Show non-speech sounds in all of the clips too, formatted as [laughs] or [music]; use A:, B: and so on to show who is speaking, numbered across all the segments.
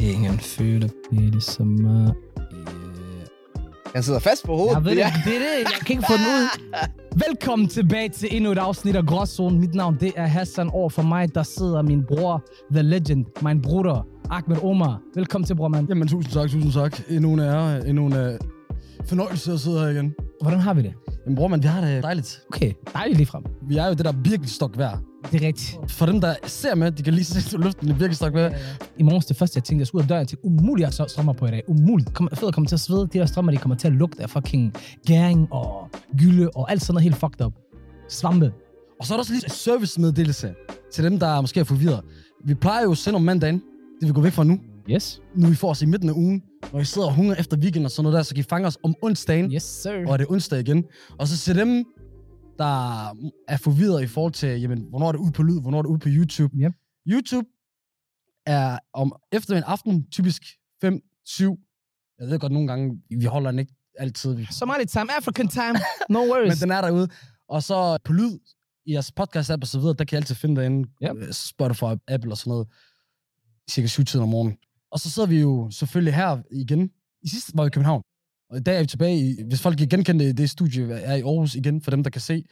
A: Man føler det som er...
B: Han sidder fast på hovedet.
A: Jeg ved det,
B: Ja.
A: ikke, det er det. Jeg kan ikke få den ud. Velkommen tilbage til endnu et afsnit af Gråzonen. Mit navn det er Hassan. Over for mig, der sidder min bror, The Legend, min bruder, Ahmed Omar. Velkommen til, bror, mand.
C: Jamen, tusind tak, tusind tak. Endnu en ære, endnu en øh, fornøjelse at sidde her igen.
A: Hvordan har vi det?
C: Men bror, man, vi har det dejligt.
A: Okay, dejligt ligefrem.
C: Vi er jo det, der er virkelig stok værd.
A: Det er rigtigt.
C: For dem, der ser med, de kan lige [laughs] se, at du luften er virkelig stok værd.
A: I morges det første, jeg tænkte, jeg skulle ud af døren, jeg tænkte, umuligt, jeg har strømmer på i dag. Umuligt. Kom, fødder kommer til at svede. De der strømmer, de kommer til at lugte af fucking gæring og gylde og alt sådan noget helt fucked up. Svampe.
C: Og så er der også lige en servicemeddelelse til dem, der måske er forvirret. Vi plejer jo at sende om mandagen. Det vil vi gå væk fra nu.
A: Yes.
C: Nu vi får os i midten af ugen. Når I sidder og hungrer efter weekenden og sådan noget der, så kan I fange os om onsdagen.
A: Yes, sir.
C: Og er det onsdag igen. Og så til dem, der er forvirret i forhold til, jamen, hvornår er det ude på lyd, hvornår er det ude på YouTube.
A: Yep.
C: YouTube er om eftermiddag aften typisk 5, 7. Jeg ved godt, nogle gange, vi holder den ikke altid.
A: Somali time, African time. No
C: Men
A: worries.
C: den er derude. Og så på lyd, i jeres podcast-app og så videre, der kan I altid finde derinde.
A: Yep.
C: Øh, Spotify, Apple og sådan noget. Cirka 7 tiden om morgenen. Og så sidder vi jo selvfølgelig her igen. I sidste var vi i København. Og i dag er vi tilbage i, hvis folk kan genkende det, det studie, er i Aarhus igen, for dem, der kan se.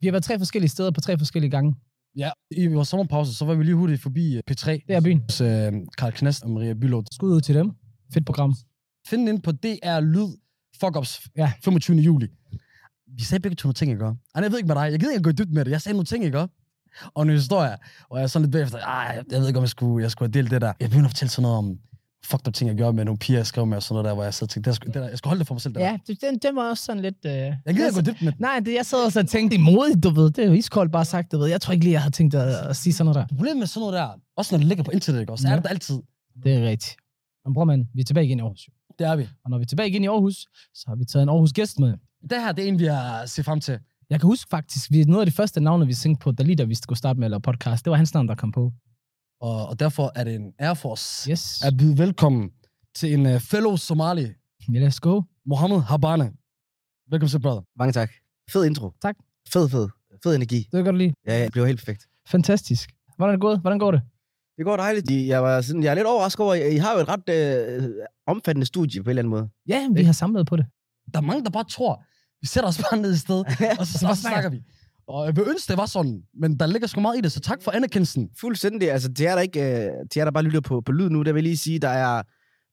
A: Vi har været tre forskellige steder på tre forskellige gange.
C: Ja, i vores sommerpause, så var vi lige hurtigt forbi øh, P3.
A: Det er byen.
C: Hos øh, Karl Knast og Maria Bylov.
A: Skud ud til dem. Fedt program.
C: Find den ind på DR Lyd Fuck Ups
A: Ja.
C: ja. 25. juli. Vi sagde begge to nogle ting, ikke? også? Ej, jeg ved ikke med dig. Jeg gider ikke gå i dybt med det. Jeg sagde nogle ting, ikke? også? Og en historie. Og jeg er sådan lidt bagefter. Ej, jeg ved ikke, om jeg skulle, jeg skulle have delt det der. Jeg begyndte at fortælle sådan noget om fucked up ting, jeg gjorde med nogle piger, jeg skrev med og sådan noget der, hvor jeg sad og tænkte, det, der, skulle- det der, jeg skal holde det for mig selv. Det der.
A: det- den, den var også sådan lidt... Øh...
C: Jeg gider ikke gå dybt med det.
A: Nej, det, jeg sad også og tænkte, det er modigt, du ved. Det er jo iskoldt bare sagt, du ved. Jeg tror ikke lige, jeg havde tænkt at, at sige sådan noget der.
C: Problemet med sådan noget der, også når det ligger på internettet, ikke? også? Så
A: Ja.
C: er det der altid.
A: Det er rigtigt. Men bror, mand, vi er tilbage igen i Aarhus. jo.
C: Det er vi.
A: Og når vi er tilbage igen i Aarhus, så har vi taget en Aarhus gæst med.
C: Det her, det er en, vi har set frem til.
A: Jeg kan huske faktisk, vi, noget af de første navne, vi syngte på, der lige da vi skulle starte med at lave podcast, det var hans navn, der kom på.
C: Og, og derfor er det en ære for os
A: Yes.
C: at byde velkommen til en uh, fellow somali,
A: Ja, let's go.
C: Mohammed Habane. Velkommen til, brother.
B: Mange tak. Fed intro.
A: Tak.
B: Fed, fed. Fed energi.
A: Det kan du lige.
B: Ja, ja, det blev helt perfekt.
A: Fantastisk. Hvordan er det gået? Hvordan går det?
B: Det går dejligt. I- Jeg, var sådan, jeg er lidt overrasket over, I har jo et ret øh, omfattende studie på en eller anden måde.
A: Ja, vi har samlet på det.
C: Der er mange, der bare tror, vi sætter os bare ned i
B: [laughs]
C: sted, og så, så bare snakker vi. Og jeg vil ønske, det var sådan, men der ligger sgu meget i det, så tak for anerkendelsen.
B: Fuldstændig. Altså, det er der ikke... Øh, det er der bare lytter på, på lyd nu. Der vil jeg lige sige, der er,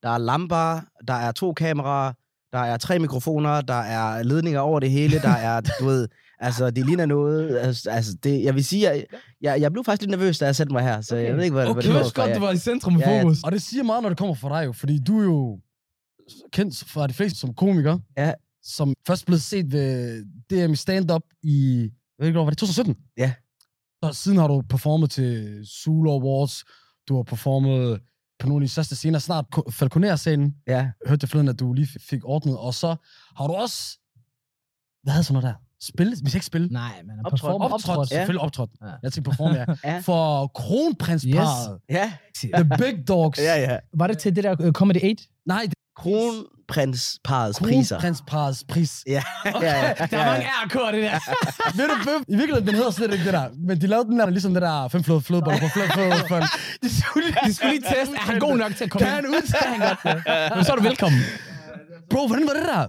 B: der er lamper, der er to kameraer, der er tre mikrofoner, der er ledninger over det hele, der er, [laughs] du ved... Altså, det ligner noget. Altså, altså, det, jeg vil sige, jeg, jeg, jeg blev faktisk lidt nervøs, da jeg satte mig her, så okay. jeg ved ikke, hvad, hvad det var. for, ja.
A: var i centrum
B: med Ja, ja. fokus.
C: Og det siger meget, når det kommer fra dig jo, fordi du er jo kendt fra de fleste som komiker,
B: Ja.
C: som først blev set ved DM i stand-up i, jeg ved ikke, hvor var det 2017?
B: Ja.
C: Og siden har du performet til Zulu Awards, du har performet på nogle af de største scener, snart Ko- Falconer-scenen,
B: ja.
C: hørte jeg forleden, at du lige fik ordnet, og så har du også, hvad havde sådan noget der? Spille, hvis ikke spille,
A: Nej, man er
B: Optrådt.
A: perform
C: optrådt, optrådt.
A: Ja.
C: Ja. selvfølgelig optrådt.
A: Ja.
C: Ja. Jeg tænkte performe, ja.
B: [laughs] Ja.
C: For kronprinsparet, yes.
B: Ja,
C: The Big Dogs,
B: ja, ja.
A: Var det til det der øh, Comedy 8?
C: nej, det er
B: Kronprinsparets [laughs] priser.
C: kronprinsparets pris.
B: ja, ja, ja.
A: RK'er, det der.
C: Ved du, hvem? I virkeligheden, den hedder slet ikke det der, men de lavede den der, ligesom det der fem flåde flødeboller på fløde flødeboller. De skulle lige,
A: [laughs] De skulle lige teste, er han god nok til at komme
C: Kan
A: ind?
C: han udtale?
A: han godt det. [laughs] Men så er du velkommen.
C: Bro, hvordan var det der?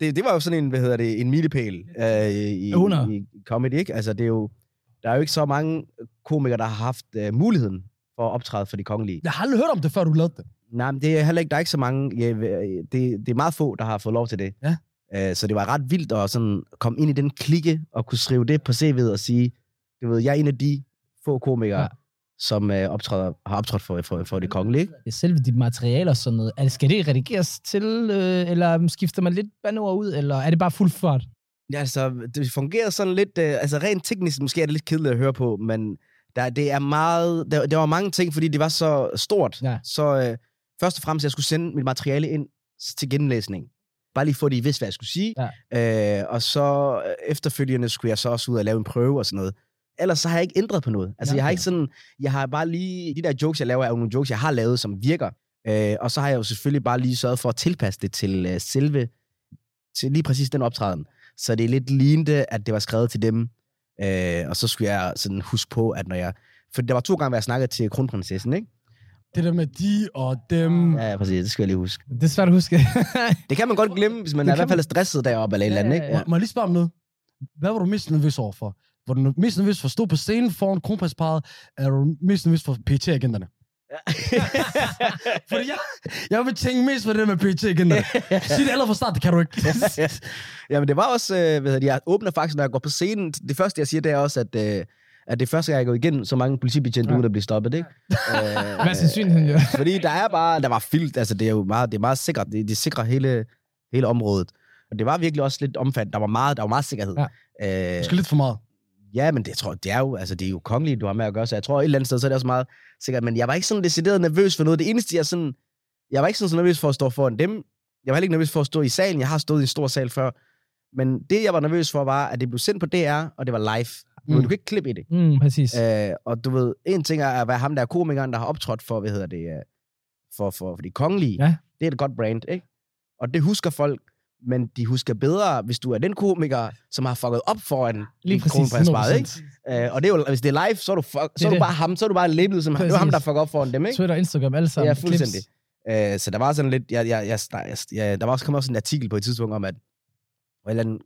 B: det, det var jo sådan en, hvad hedder det, en milepæl øh, i, i,
A: 100.
B: i comedy, ikke? Altså, det er jo, der er jo ikke så mange komikere, der har haft øh, muligheden for at optræde for de kongelige.
C: Jeg har aldrig hørt om det, før du lavede det.
B: Nej, men det er heller ikke, der er ikke så mange, ja, øh, det, det er meget få, der har fået lov til det.
C: Ja.
B: Øh, så det var ret vildt at sådan komme ind i den klikke og kunne skrive det på CV'et og sige, du ved, jeg er en af de få komikere,
A: Ja.
B: ja. som øh, optræder, har optrådt for, for, for det kongelige. ikke?
A: Selve dit materiale og sådan noget, er det, skal det redigeres til, øh, eller skifter man lidt bandeord ud, eller er det bare fuld fart?
B: Ja, altså, det fungerer sådan lidt... Øh, altså, rent teknisk måske er det lidt kedeligt at høre på, men der, det er meget... Der, der var mange ting, fordi det var så stort.
A: Ja.
B: Så øh, først og fremmest, jeg skulle sende mit materiale ind s- til genlæsning. Bare lige for, at I vidste, hvad jeg skulle sige. Ja. Øh, og så øh, efterfølgende skulle jeg så også ud og lave en prøve og sådan noget. Ellers så har jeg ikke ændret på noget. Altså,
A: Ja,
B: jeg har
A: okay.
B: ikke sådan... Jeg har bare lige... De der jokes, jeg laver, er jo nogle jokes, jeg har lavet, som virker. Øh, og så har jeg jo selvfølgelig bare lige sørget for at tilpasse det til øh, selve... Til lige præcis den optræden. Så det er lidt lignende, at det var skrevet til dem. Øh, og så skulle jeg sådan huske på, at når jeg... For der var to gange, hvor jeg snakkede til kronprinsessen, ikke?
C: det der med de og dem.
B: Ja, ja, præcis. Det skal jeg lige huske.
A: Det er svært at [laughs] huske.
B: Det kan man godt glemme, hvis man
A: Det
B: er i
A: kan
B: hvert fald er stresset deroppe eller et eller andet, ikke?
A: Ja,
C: Må, må jeg lige spørge om noget? Hvad var du mest nervøs overfor? Var du mest nervøs for at stå på scenen foran kronprinsparet, eller var du mest nervøs for pt agenterne [laughs] Fordi jeg, jeg vil tænke mest på det der med
A: [laughs]
C: pt agenterne Sig det allerede fra start, det kan du ikke.
B: Jamen, det var også, øh, hvad hedder det, jeg åbner faktisk, når jeg går på scenen. Det første, jeg siger, det er også, at, øh, at det er første gang, jeg går igennem så mange politibetjente
A: Ja.
B: ja. uden at blive stoppet, ikke? [laughs] Øh,
A: Hvad er sandsynligheden, ja?
B: Fordi der er bare, der var filt, altså det er jo meget, det er meget sikkert, det, det sikrer hele, hele området. Og det var virkelig også lidt omfattende, der var meget, der var meget sikkerhed. Ja. Øh,
C: Måske lidt for meget.
B: ja, men det jeg tror det er jo, altså det er jo kongelige, du har med at gøre, så jeg tror et eller andet sted, så er det også meget sikkert, men jeg var ikke sådan decideret nervøs for noget. Det eneste, jeg sådan, jeg var ikke sådan, så nervøs for at stå foran dem. Jeg var heller ikke nervøs for at stå i salen. Jeg har stået i en stor sal før. Men det, jeg var nervøs for, var, at det blev sendt på DR, og det var live. Mm.
C: Mm.
B: Du kan ikke klippe i det.
A: Mm, præcis.
B: Øh, og du ved, en ting er at være ham, der er komikeren, der har optrådt for, hvad hedder det, øh, for, for, for de kongelige.
A: Ja.
B: Det er et godt brand, ikke? Og det husker folk, men de husker bedre, hvis du er den komiker, som har fucket op foran
A: Lige
B: en
A: præcis.
B: kronprinsparret,
A: 100%.
B: ikke? Øh, og det er jo, hvis det er live, så er du, fuck,
A: Det er
B: så er du
A: det.
B: bare ham, så er du bare label som ham. Det er jo ham, der
A: Præcis.
B: fucker op foran dem, ikke?
A: Twitter, Instagram, alle sammen.
B: Ja,
A: Clips.
B: fuldstændig. Øh, så der var sådan lidt, jeg, jeg, jeg, jeg, jeg, der var også kommet også en artikel på et tidspunkt om, at der var, en eller anden,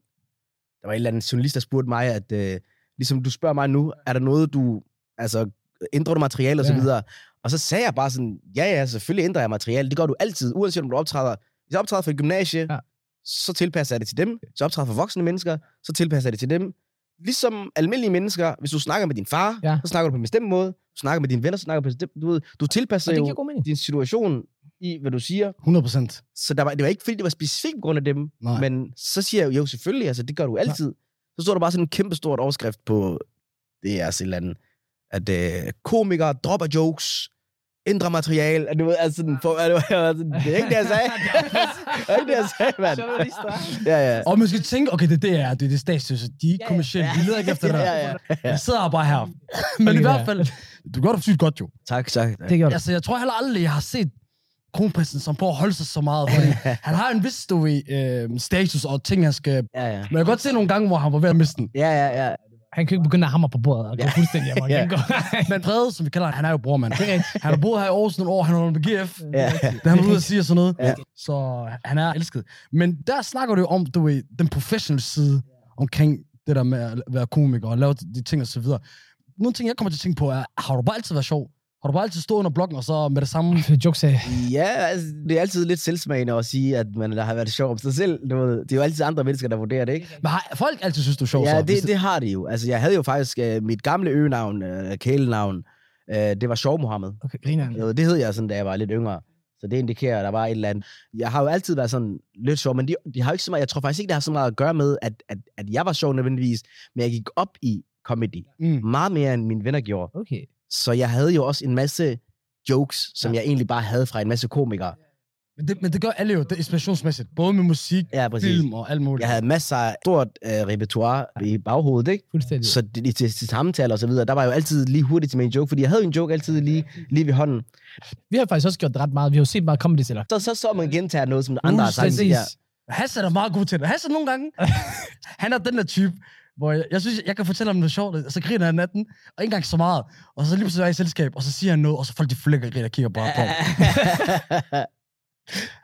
B: der var en eller anden journalist, der spurgte mig, at øh, ligesom du spørger mig nu, er der noget, du, altså, ændrer du materiale og så
A: Ja.
B: videre? Og så sagde jeg bare sådan, ja, ja, selvfølgelig ændrer jeg materiale. Det gør du altid, uanset om du optræder. Hvis jeg optræder for et gymnasie,
A: Ja.
B: ja. så tilpasser jeg det til dem. Hvis jeg optræder for voksne mennesker, så tilpasser jeg det til dem. Ligesom almindelige mennesker, hvis du snakker med din far,
A: Ja.
B: ja. så snakker du på en bestemt måde. Du snakker med dine venner, så snakker du på en bestemt Du, ved, du
A: Og
B: tilpasser
A: det
B: jo
A: giver god
B: [laughs]
A: mening.
B: din situation i, hvad du siger.
C: 100 procent.
B: Så der var, det var ikke, fordi det var specifikt på grund af dem.
C: Nej. Men,
B: Men så siger jeg jo, jo selvfølgelig, altså det gør du altid. Så står der bare sådan en kæmpe stort overskrift på det er altså et eller andet, at øh, komikere dropper jokes, ændrer materiale, at du ved, altså [laughs] sådan, for, at, det var sådan, det er ikke det, jeg
C: [laughs]
B: sagde. det er ikke det, jeg sagde, mand. Ja, ja.
C: og man skal tænke, okay, det er det, jeg er. Det er det statsløse. De er ikke
A: Ja, ja.
C: kommersielle. Vi
A: [laughs]
C: leder ikke efter det.
B: ja,
C: der.
B: ja.
C: Jeg sidder bare her. Men i
A: Ja.
C: hvert fald, du gør det sygt godt, jo.
B: Tak, tak.
A: [laughs] Det gjorde du.
C: Altså, jeg tror heller aldrig, jeg har set kronprinsen, som prøver at holde sig så meget. Fordi han har en vis, du ved, øh, status og ting, han skal...
B: [laughs] Ja, ja.
C: Men jeg kan godt se nogle gange, hvor han var ved at miste den.
B: Ja, ja, ja.
A: Han kan ikke begynde at hamre på bordet og gå fuldstændig amok.
B: Ja.
A: Han
B: [laughs]
A: går-
C: Men Frede, som vi kalder ham, han er jo bror,
A: [laughs]
C: mand. Han har boet her i Aarhus nogle år, han har med GF.
B: ja.
C: Da
B: [laughs]
C: han var ude og sige og sådan noget.
B: Ja.
C: Så han er elsket. Men der snakker du jo om, du ved, den professionelle side omkring det der med at være komiker og lave de ting og så videre. Nogle ting, jeg kommer til at tænke på, er, har du bare altid været sjov? Har du bare altid stået under blokken og så med det samme?
A: Jokes af.
B: Ja, altså, det er altid lidt selvsmagende at sige, at man har været sjov om sig selv. Du ved, det er jo altid andre mennesker, der vurderer det, ikke?
C: Men har folk altid synes, du er sjov? så,
B: Ja,
C: Hvis
B: det, det har de jo. Altså, jeg havde jo faktisk øh, mit gamle øgenavn, øh, kælenavn, øh, det var Sjov Mohammed.
A: Okay, griner han.
B: Jeg ved, Det hed jeg sådan, da jeg var lidt yngre. Så det indikerer, at der var et eller andet. Jeg har jo altid været sådan lidt sjov, men de, de har jo ikke så meget, jeg tror faktisk ikke, det har så meget at gøre med, at, at, at jeg var sjov nødvendigvis, men jeg gik op i comedy.
C: Mm.
B: Meget mere, end mine venner gjorde.
A: Okay.
B: Så jeg havde jo også en masse jokes, som ja. jeg egentlig bare havde fra en masse komikere.
C: Men det, men det gør alle jo, det er inspirationsmæssigt. Både med musik,
B: Ja, præcis.
C: film og alt muligt.
B: Jeg havde masser af stort øh, repertoire i baghovedet, ikke?
A: Fuldstændig.
B: Så det, det, til, til samtaler og så videre, der var jeg jo altid lige hurtigt til min joke, fordi jeg havde jo en joke altid lige, lige ved hånden.
A: Vi har faktisk også gjort det ret meget. Vi har jo set meget comedy eller
B: Så så, så man gentager noget, som andre har sagt.
A: Præcis. [laughs]
B: Ja.
C: Hassan er meget god til det. Hassan nogle
B: [laughs]
C: gange, han er den der type, hvor jeg, jeg synes, jeg kan fortælle ham noget sjovt, og så griner han natten, og ikke engang så meget. Og så lige pludselig er jeg i selskab, og så siger han noget, og så folk de flækker og griner og kigger bare på. ham.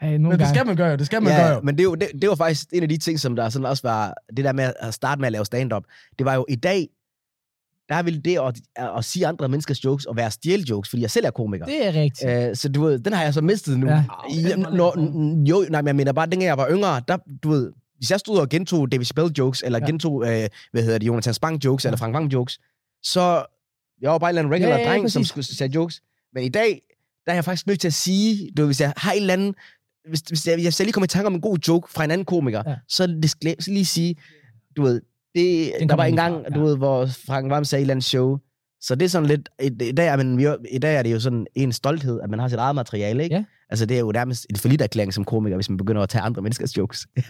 A: Hey, nogle
C: Men det
A: gange.
C: skal man gøre jo, det skal man gøre
B: ja,
C: jo.
B: men det, er jo- det, det var faktisk en af de ting, som der sådan også var, det der med at starte med at lave stand-up, det var jo i dag, der ville det at, at sige andre menneskers jokes og være stjæle jokes, fordi jeg selv er komiker.
A: Det er rigtigt.
B: Øh, så du ved, den har jeg så mistet nu.
A: Ja.
B: Ja.
C: Øh,
B: Når, n- jo, nej, men jeg mener bare, dengang jeg var yngre, der, du ved, hvis jeg stod og gentog David Spell jokes, eller
A: Ja.
B: ja. gentog, øh, hvad hedder det, Jonathan Spang jokes, ja. eller Frank Vang jokes, så jeg var bare en eller anden regular
A: Ja,
B: ja,
A: ja,
B: ja, dreng, som
A: præcis.
B: skulle sige jokes. Men i dag, der er jeg faktisk nødt til at sige, du ved, hvis jeg har en eller anden, hvis, hvis, jeg, hvis jeg lige kommer i tanke om en god joke fra en anden komiker,
A: Ja.
B: ja. så, det, skal- så lige sige, du ved, det,
A: Den
B: der
A: kommer
B: var en
A: indefra,
B: gang,
A: ja.
B: du ved, hvor Frank Vam sagde et eller andet show, så det er sådan lidt, i, i, dag, er man, jo- i dag er det jo sådan en stolthed, at man har sit eget materiale, ikke?
A: Ja.
B: Altså det er jo nærmest en forlitterklæring som komiker, hvis man begynder at tage andre menneskers jokes. [laughs]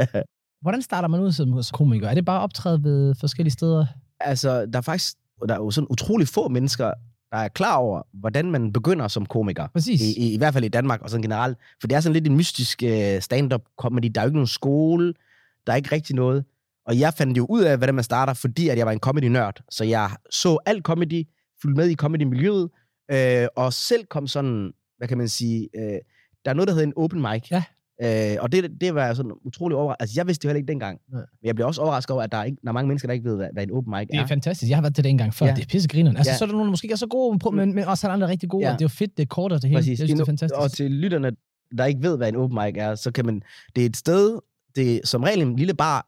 A: Hvordan starter man ud som som komiker? Er det bare optræde ved forskellige steder?
B: altså der er faktisk, der er jo sådan utrolig få mennesker, der er klar over, hvordan man begynder som komiker.
A: Præcis.
B: I, i, I hvert fald i Danmark og sådan generelt. For det er sådan lidt en mystisk øh, stand-up comedy. Der er jo ikke nogen skole. Der er ikke rigtig noget. Og jeg fandt jo ud af, hvordan man starter, fordi at jeg var en comedy-nørd. Så jeg så alt comedy, fulgte med i comedy-miljøet, øh, og selv kom sådan hvad kan man sige, øh, der er noget, der hedder en open mic.
A: Ja.
B: Øh, og det, det var jeg sådan utrolig overrasket. Altså, jeg vidste det heller ikke dengang.
A: Nej.
B: Men jeg blev også overrasket over, at der er, ikke, der er mange mennesker, der ikke ved, hvad, hvad en open mic
A: Det
B: er.
A: er fantastisk. Jeg har været til det engang før.
B: Ja.
A: Det er pissegrineren. Altså,
B: Ja.
A: så er der nogen, der måske ikke er så gode, på, men, men også er der andre rigtig gode.
B: Ja.
A: Og det er jo fedt, det er kort og det hele. Jeg synes, det er fantastisk.
B: Og til lytterne, der ikke ved, hvad en open mic er, så kan man... Det er et sted, det er som regel en lille bar,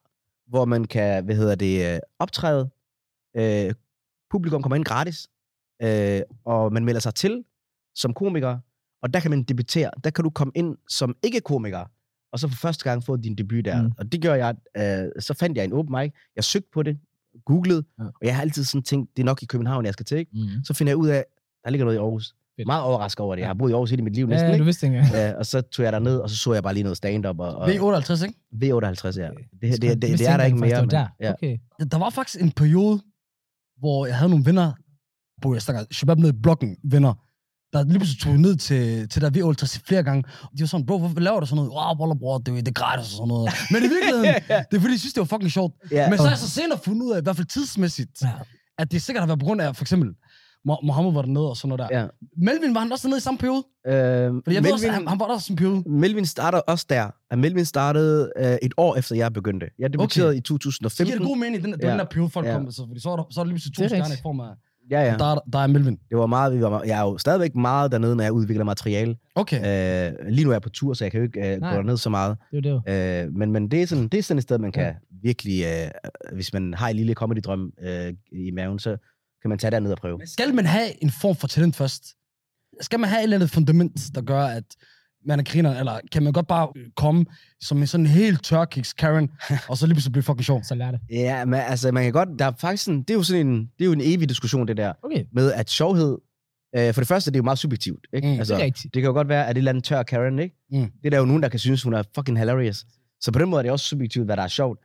B: hvor man kan, hvad hedder det, øh, optræde. Øh, publikum kommer ind gratis, øh, og man melder sig til som komiker, og der kan man debutere. Der kan du komme ind som ikke-komiker, og så for første gang få din debut der.
A: Mm.
B: Mm. Og det gør jeg, øh, så fandt jeg en open mic. Jeg søgte på det, googlede,
A: Ja.
B: ja. og jeg har altid sådan tænkt, det er nok i København, jeg skal til, ikke?
A: Mm.
B: Så finder jeg ud af, der ligger noget i Aarhus.
A: Fedt.
B: Fedt. Meget overrasket over det.
A: Ja.
B: Jeg har boet i Aarhus hele mit liv næsten,
A: Ja, du
B: ikke?
A: vidste ikke engang.
B: Ja, og så tog jeg ned og så så jeg bare lige noget stand-up. Og, og
C: Det er 58, ikke?
B: V58, ja.
A: Okay.
B: Det, det, det, det, det er der ikke mere.
A: Men, der.
B: ja.
A: Okay.
C: Der var faktisk en periode, hvor jeg havde nogle venner, hvor jeg snakker shabab ned i blokken, venner, der lige pludselig tog ned til, til der V58 flere gange. Og de var sådan, bro, hvorfor laver du sådan noget? Wow, bror, bror, det, er- det er gratis og sådan noget. Men i
B: [laughs]
C: virkeligheden, det er fordi, jeg synes, det var fucking sjovt.
B: ja.
C: Men så har jeg så senere fundet ud af, i hvert fald tidsmæssigt,
A: Ja.
C: ja. at det sikkert har været på grund af, for eksempel, Mo- Mohammed var dernede og sådan noget der.
B: Ja.
C: Melvin var han også dernede i samme periode?
B: Øh,
C: Fordi jeg Melvin... ved også, at han,
B: Melvin,
C: han var der også i en periode.
B: Melvin starter også der. Og Melvin startede øh, et år efter, jeg begyndte. Jeg debuterede okay. i
C: Det giver det
B: 2015.
C: god mening, den, ja. den
B: Ja.
C: der periode, folk ja.
B: Ja.
C: kom med. Så, fordi så er der, så er der lige pludselig to
A: Det er
C: stjerner i
A: rigtigt.
C: form af,
B: Ja,
C: ja.
B: ja.
C: der, er- der er Melvin.
B: Det var meget, vi var, jeg er jo stadigvæk meget dernede, når jeg udvikler materiale.
C: Okay.
B: Øh, lige nu er jeg på tur, så jeg kan jo ikke øh,
A: Nej.
B: gå derned så meget.
A: Det er jo det jo.
B: Øh, men men det, er sådan, det er sådan et sted, man kan ja. virkelig, øh, hvis man har en lille comedy-drøm øh, i maven, så kan man tage derned og prøve.
C: Men skal man have en form for talent først? Skal man have et eller andet fundament, der gør, at man er griner, eller kan man godt bare øh, komme som en sådan helt tørkiks Karen, og så lige pludselig blive fucking sjov?
A: Så lær det.
B: Ja, men altså, man kan godt, der er faktisk sådan, det er jo sådan en, det er jo en evig diskussion, det der,
A: Okay,
B: med at sjovhed, øh, for det første, det er jo meget subjektivt, ikke?
C: Mm.
A: det
B: altså,
A: er rigtigt.
B: det kan jo godt være, at det er et eller andet tør Karen, ikke?
C: Mm.
A: Altså,
B: Det er der jo nogen, der kan synes, hun er fucking hilarious. Så på den måde er det også subjektivt, hvad der er sjovt.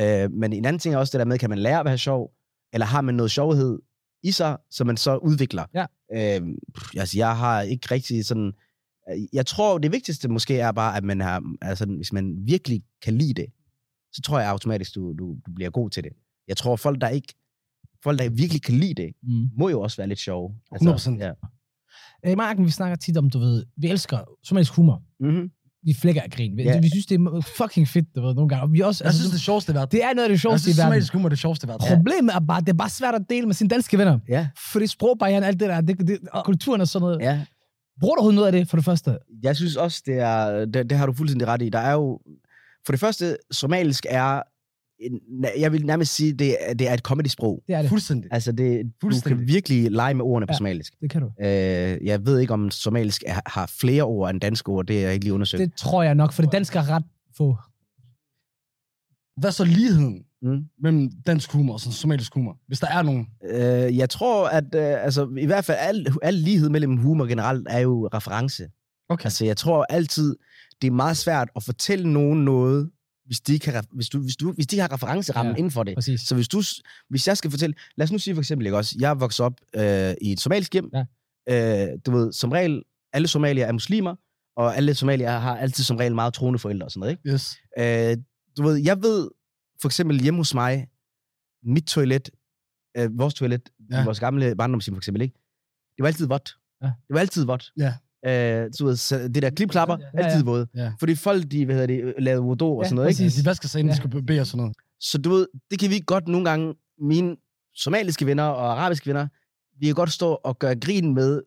B: Øh, men en anden ting er også det der med, kan man lære at være sjov, eller har man noget sjovhed i sig, som man så udvikler?
A: Ja.
B: Øh, pff, altså, jeg har ikke rigtig sådan... øh, Jeg tror, det vigtigste måske er bare, at man har, altså, hvis man virkelig kan lide det, så tror jeg automatisk, du, du, du bliver god til det. Jeg tror, folk, der ikke folk, der virkelig kan lide det,
A: Mm.
B: må jo også være lidt sjove. Altså,
C: 100%.
B: Ja.
A: Øh, mig og Akken, vi snakker tit om, du ved, vi elsker somalisk humor.
B: Mm-hmm.
A: Vi flækker af grin. Vi,
B: Ja.
A: vi synes, det er fucking fedt, du ved, nogle gange. Og vi også,
C: Jeg synes, det sjoveste er været.
A: det er noget af det
C: Jeg
A: sjoveste
B: Altså,
C: synes,
A: i verden.
C: somatisk humor er det sjoveste er været.
A: Problemet er bare, det er bare svært at dele med sine danske venner.
B: Ja.
A: Fordi sprogbarrieren, alt det der, det, det, og kulturen og sådan noget.
B: ja.
A: Bruger du overhovedet noget af det, for det første?
B: Jeg synes også, det, er, det, det har du fuldstændig ret i. Der er jo... For det første, somalisk er... En, jeg vil nærmest sige, det er, det er et comedy-sprog.
A: Det er det.
C: Fuldstændig.
B: Altså, det, du kan
C: Fuldstændig.
B: virkelig lege med ordene på
A: Ja.
B: ja. somalisk.
A: Det kan du.
B: Øh, jeg ved ikke, om somalisk er, har flere ord end danske ord. Det er jeg ikke lige undersøgt.
A: Det tror jeg nok, for det danske er ret få.
C: Hvad er så ligheden
B: Mm.
C: mellem dansk humor og sådan somatisk humor? Hvis der er nogen.
B: Øh, jeg tror, at øh, altså, i hvert fald al, al lighed mellem humor generelt er jo reference.
C: Okay.
B: Altså, jeg tror altid, det er meget svært at fortælle nogen noget, hvis de, ikke har, ref- hvis du, hvis du, hvis de har referencerammen
A: Ja.
B: ja. inden for det.
A: Præcis.
B: Så hvis, du, s- hvis jeg skal fortælle... Lad os nu sige for eksempel, ikke også? Jeg er vokset op øh, i et somalisk hjem.
A: Ja.
B: Øh, du ved, som regel, alle somalier er muslimer, og alle somalier har altid som regel meget troende forældre og sådan noget, ikke?
C: Yes.
B: Øh, du ved, jeg ved for eksempel hjemme hos mig, mit toilet, øh, vores toilet,
C: Ja.
B: ja. vores gamle barndomshjem for eksempel, ikke? det var altid vådt.
A: Ja.
B: Det var altid vådt.
C: Ja.
B: Øh, du ved, så det der klipklapper,
A: Ja,
B: ja,
A: ja.
B: ja. altid våde.
C: Ja.
B: Fordi folk, de hvad hedder det, øh, lavede wudu og
A: Ja,
B: sådan noget. Ikke?
A: præcis.
C: Præcis. De vasker sig ind, de
A: Ja.
C: skal bede og sådan noget.
B: Så du ved, det kan vi godt nogle gange, mine somaliske venner og arabiske venner, vi kan godt stå og gøre grin med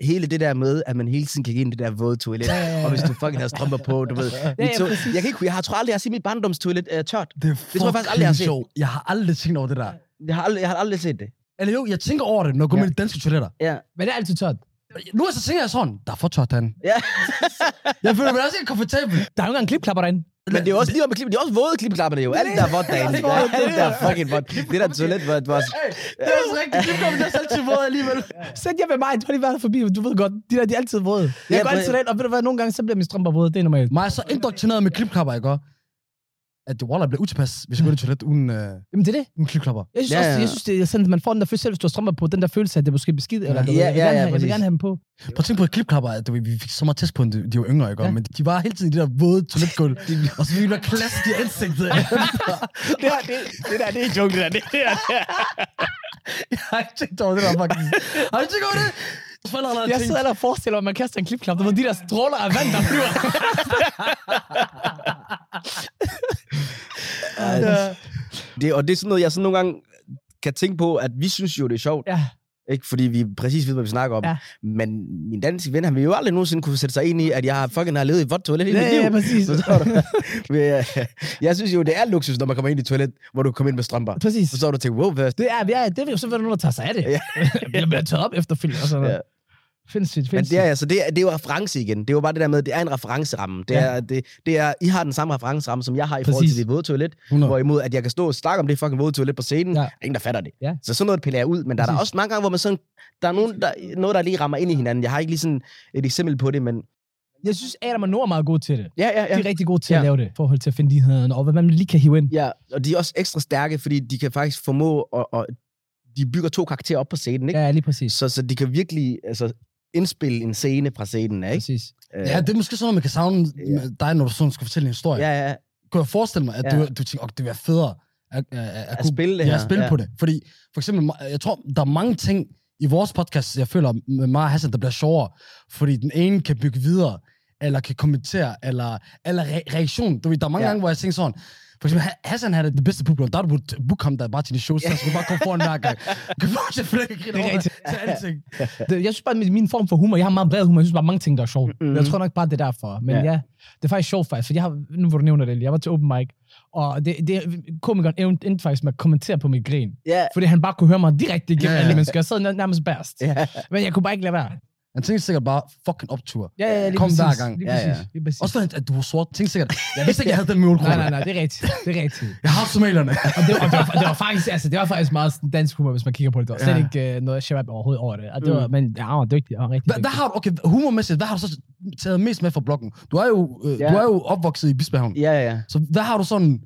B: hele det der med, at man hele tiden kan give ind i det der våde toilet.
A: Ja, ja, ja.
B: Og hvis du fucking har strømper på, du ved.
A: ja,
B: Mit to-
A: præcis.
B: jeg, kan ikke, jeg har tror aldrig, jeg har set mit barndomstoilet øh, tørt.
C: Det,
B: tror jeg faktisk aldrig, jeg har set.
C: sjovt. Jeg har aldrig tænkt over det der.
B: Jeg har, aldrig, jeg har aldrig set det.
C: Eller jo, jeg tænker over det, når jeg går
B: Ja.
C: med de danske toiletter.
A: Men det er altid tørt.
C: Nu er så tænker jeg sådan, der er for tørt derinde.
B: Ja.
C: [laughs] jeg føler mig også ikke komfortabel.
A: Der er jo ikke engang klipklapper derinde.
B: Men det er jo også lige om med klip, det er også våde klipklapperne jo. Alt der er vådt
A: [laughs]
B: derinde.
A: Det er også vådt,
B: Alt der er fucking vådt. Det der toilet, hvor det var...
C: Hey, det er også rigtigt. Det kommer der selv til våde alligevel.
A: Sæt jer ved mig, du har lige været forbi, du ved godt, de der, de er altid våde. Jeg
B: Ja,
A: går altid
B: præ-
A: derind, og ved du hvad, nogle gange, så bliver min strømper våde, det er normalt.
C: Mig er så indoktrineret med klipklapper, jeg går. At det Waller bliver utilpas, hvis jeg går til toilet uden, øh,
A: Jamen det er det.
C: uden klipklapper.
A: Jeg synes,
B: Ja,
A: ja, også,
B: ja.
A: jeg synes det er sådan, at man får den der følelse, selv hvis du har strømper på, den der følelse af, at det er måske beskidt, eller du
B: Ja,
A: ved, jeg, vil
B: ja,
A: gerne
B: ja,
A: have, jeg vil
B: præcis.
A: gerne have dem på.
C: Prøv at tænke på at klipklapper, at du ved, vi fik så meget test på, dem, de, de var yngre, ikke?
A: Ja.
C: Ja. Men de var hele tiden i det der våde toiletgulv,
B: [laughs]
C: og så ville vi bare klasse i ansigtet.
A: Det, her, det, det der, det er joke, [laughs] det der. Det, der.
C: jeg har ikke tænkt over det der, faktisk. Har du tænkt over det? Så jeg allerede
A: Jeg
C: tænkt,
A: sidder allerede og forestiller mig, at man kaster en klipklap. Det var de der stråler af vand, der [laughs] flyver.
B: Ja. Det, og det er sådan noget, jeg sådan nogle gange kan tænke på, at vi synes jo, det er sjovt.
A: Ja.
B: Ikke? Fordi vi præcis ved, hvad vi snakker om.
A: Ja.
B: Men min danske ven, han vil jo aldrig nogensinde kunne sætte sig ind i, at jeg har fucking har levet i et vådt toilet hele mit
A: Ja,
B: liv.
A: ja, præcis.
B: Forstår du? [laughs] Men, øh, jeg synes jo, det er luksus, når man kommer ind i et toilet, hvor du kommer ind med strømper.
A: Præcis.
B: Forstår du til, wow, hvad
A: Det er, ja, det er så vil der nogen, der tager sig af det. [laughs]
B: Ja.
A: Jeg bliver taget op efterfølgende. Og sådan noget.
B: Ja.
A: Findssygt,
B: Men
A: findssygt.
B: det er, altså, det, er, det er jo reference igen. Det er jo bare det der med, at det er en referenceramme. Det
A: Ja.
B: er, det, det er, I har den samme referenceramme, som jeg har i Præcis. forhold
A: Præcis.
B: til dit våde toilet.
C: 100.
B: Hvorimod, at jeg kan stå og snakke om det fucking våde toilet på scenen.
A: Ja.
B: Ja. Ingen, der fatter det.
A: Ja.
B: Så sådan noget piller jeg ud. Men der er der
A: Præcis.
B: også mange gange, hvor man sådan, der er nogen, der, noget, der lige rammer ind i hinanden. Jeg har ikke lige sådan et eksempel på det, men...
A: Jeg synes, Adam og Nord er meget gode til det.
B: Ja, ja,
A: De
B: ja.
A: er rigtig gode til at
B: Ja.
A: lave det, i forhold til at finde de hederne, og hvad man lige kan hive ind.
B: ja. Og de er også ekstra stærke, fordi de kan faktisk formå... Og, og de bygger to karakterer op på scenen, ikke?
A: Ja, lige præcis.
B: Så, så de kan virkelig altså, indspille en scene fra scenen, ikke?
A: Præcis.
B: Øh,
C: Ja, det er måske sådan noget, man kan savne
B: Ja.
C: dig, når du sådan skal fortælle en historie.
B: Øh, ja, ja.
C: Kunne jeg forestille mig, at
B: Ja. Altså,
C: du, du tænker, at det ville være federe at, at, at,
B: At
C: kunne
B: spille det
C: ja,
B: her.
C: at spille ja. på det. Fordi for eksempel, jeg tror, der er mange ting i vores podcast, jeg føler med mig og Hassan, der bliver sjovere, fordi den ene kan bygge videre, eller kan kommentere, eller, eller re- reaktion. Du ved, der er mange
B: Ja.
C: ja. gange, hvor jeg tænker sådan, for eksempel, Ha- Hassan havde det bedste publikum. Der er du burde booke ham der bare til de shows, så han skulle bare komme foran hver
A: [laughs]
C: gang. Kan bare til flere griner
A: Det er
C: over
A: rigtigt.
C: til alting.
A: Det, jeg synes bare, at min form for humor, jeg har meget bred humor, jeg synes bare mange ting, der er sjovt.
B: Mhm.
A: Mm-hmm. Jeg tror nok bare, det er derfor. Men
B: Ja.
A: ja. ja, det er faktisk sjovt faktisk, for jeg har, nu hvor du nævner det lige, jeg var til open mic, og det, det, komikeren evn- endte faktisk med at kommentere på mit grin.
B: Ja,
A: Fordi han bare kunne høre mig direkte igennem
C: Ja,
A: ja,
C: ja.
A: alle mennesker. Jeg sad nær- nærmest bærst. Ja.
B: ja.
A: Men jeg kunne bare ikke lade være.
C: Han tænkte sikkert bare, fucking optur.
A: Ja, ja, lige
C: Kom
A: præcis.
C: hver gang.
A: Lige
B: Ja,
A: præcis.
B: ja.
A: Lige præcis.
C: Også fordi, at du var sort. Tænk sikkert, jeg vidste ikke, jeg havde den målgruppe.
A: Nej, nej, nej, det er rigtigt. Det er rigtigt.
C: Jeg har
A: [laughs]
C: somalierne.
A: Og det, var, og det, var, det, var, faktisk, altså, det var faktisk meget sådan dansk humor, hvis man kigger på det. Der var slet
C: Ja.
A: ikke uh, noget shabab overhovedet over det. Og det var, Men ja, han var dygtig. Han var rigtig
C: Hvad, hvad
A: dygtig.
C: har du, okay, humormæssigt, hvad har du så taget mest med fra bloggen? Du er jo, øh,
B: Ja.
C: du er jo opvokset i Bispehavn.
B: ja, ja.
C: Så hvad har du sådan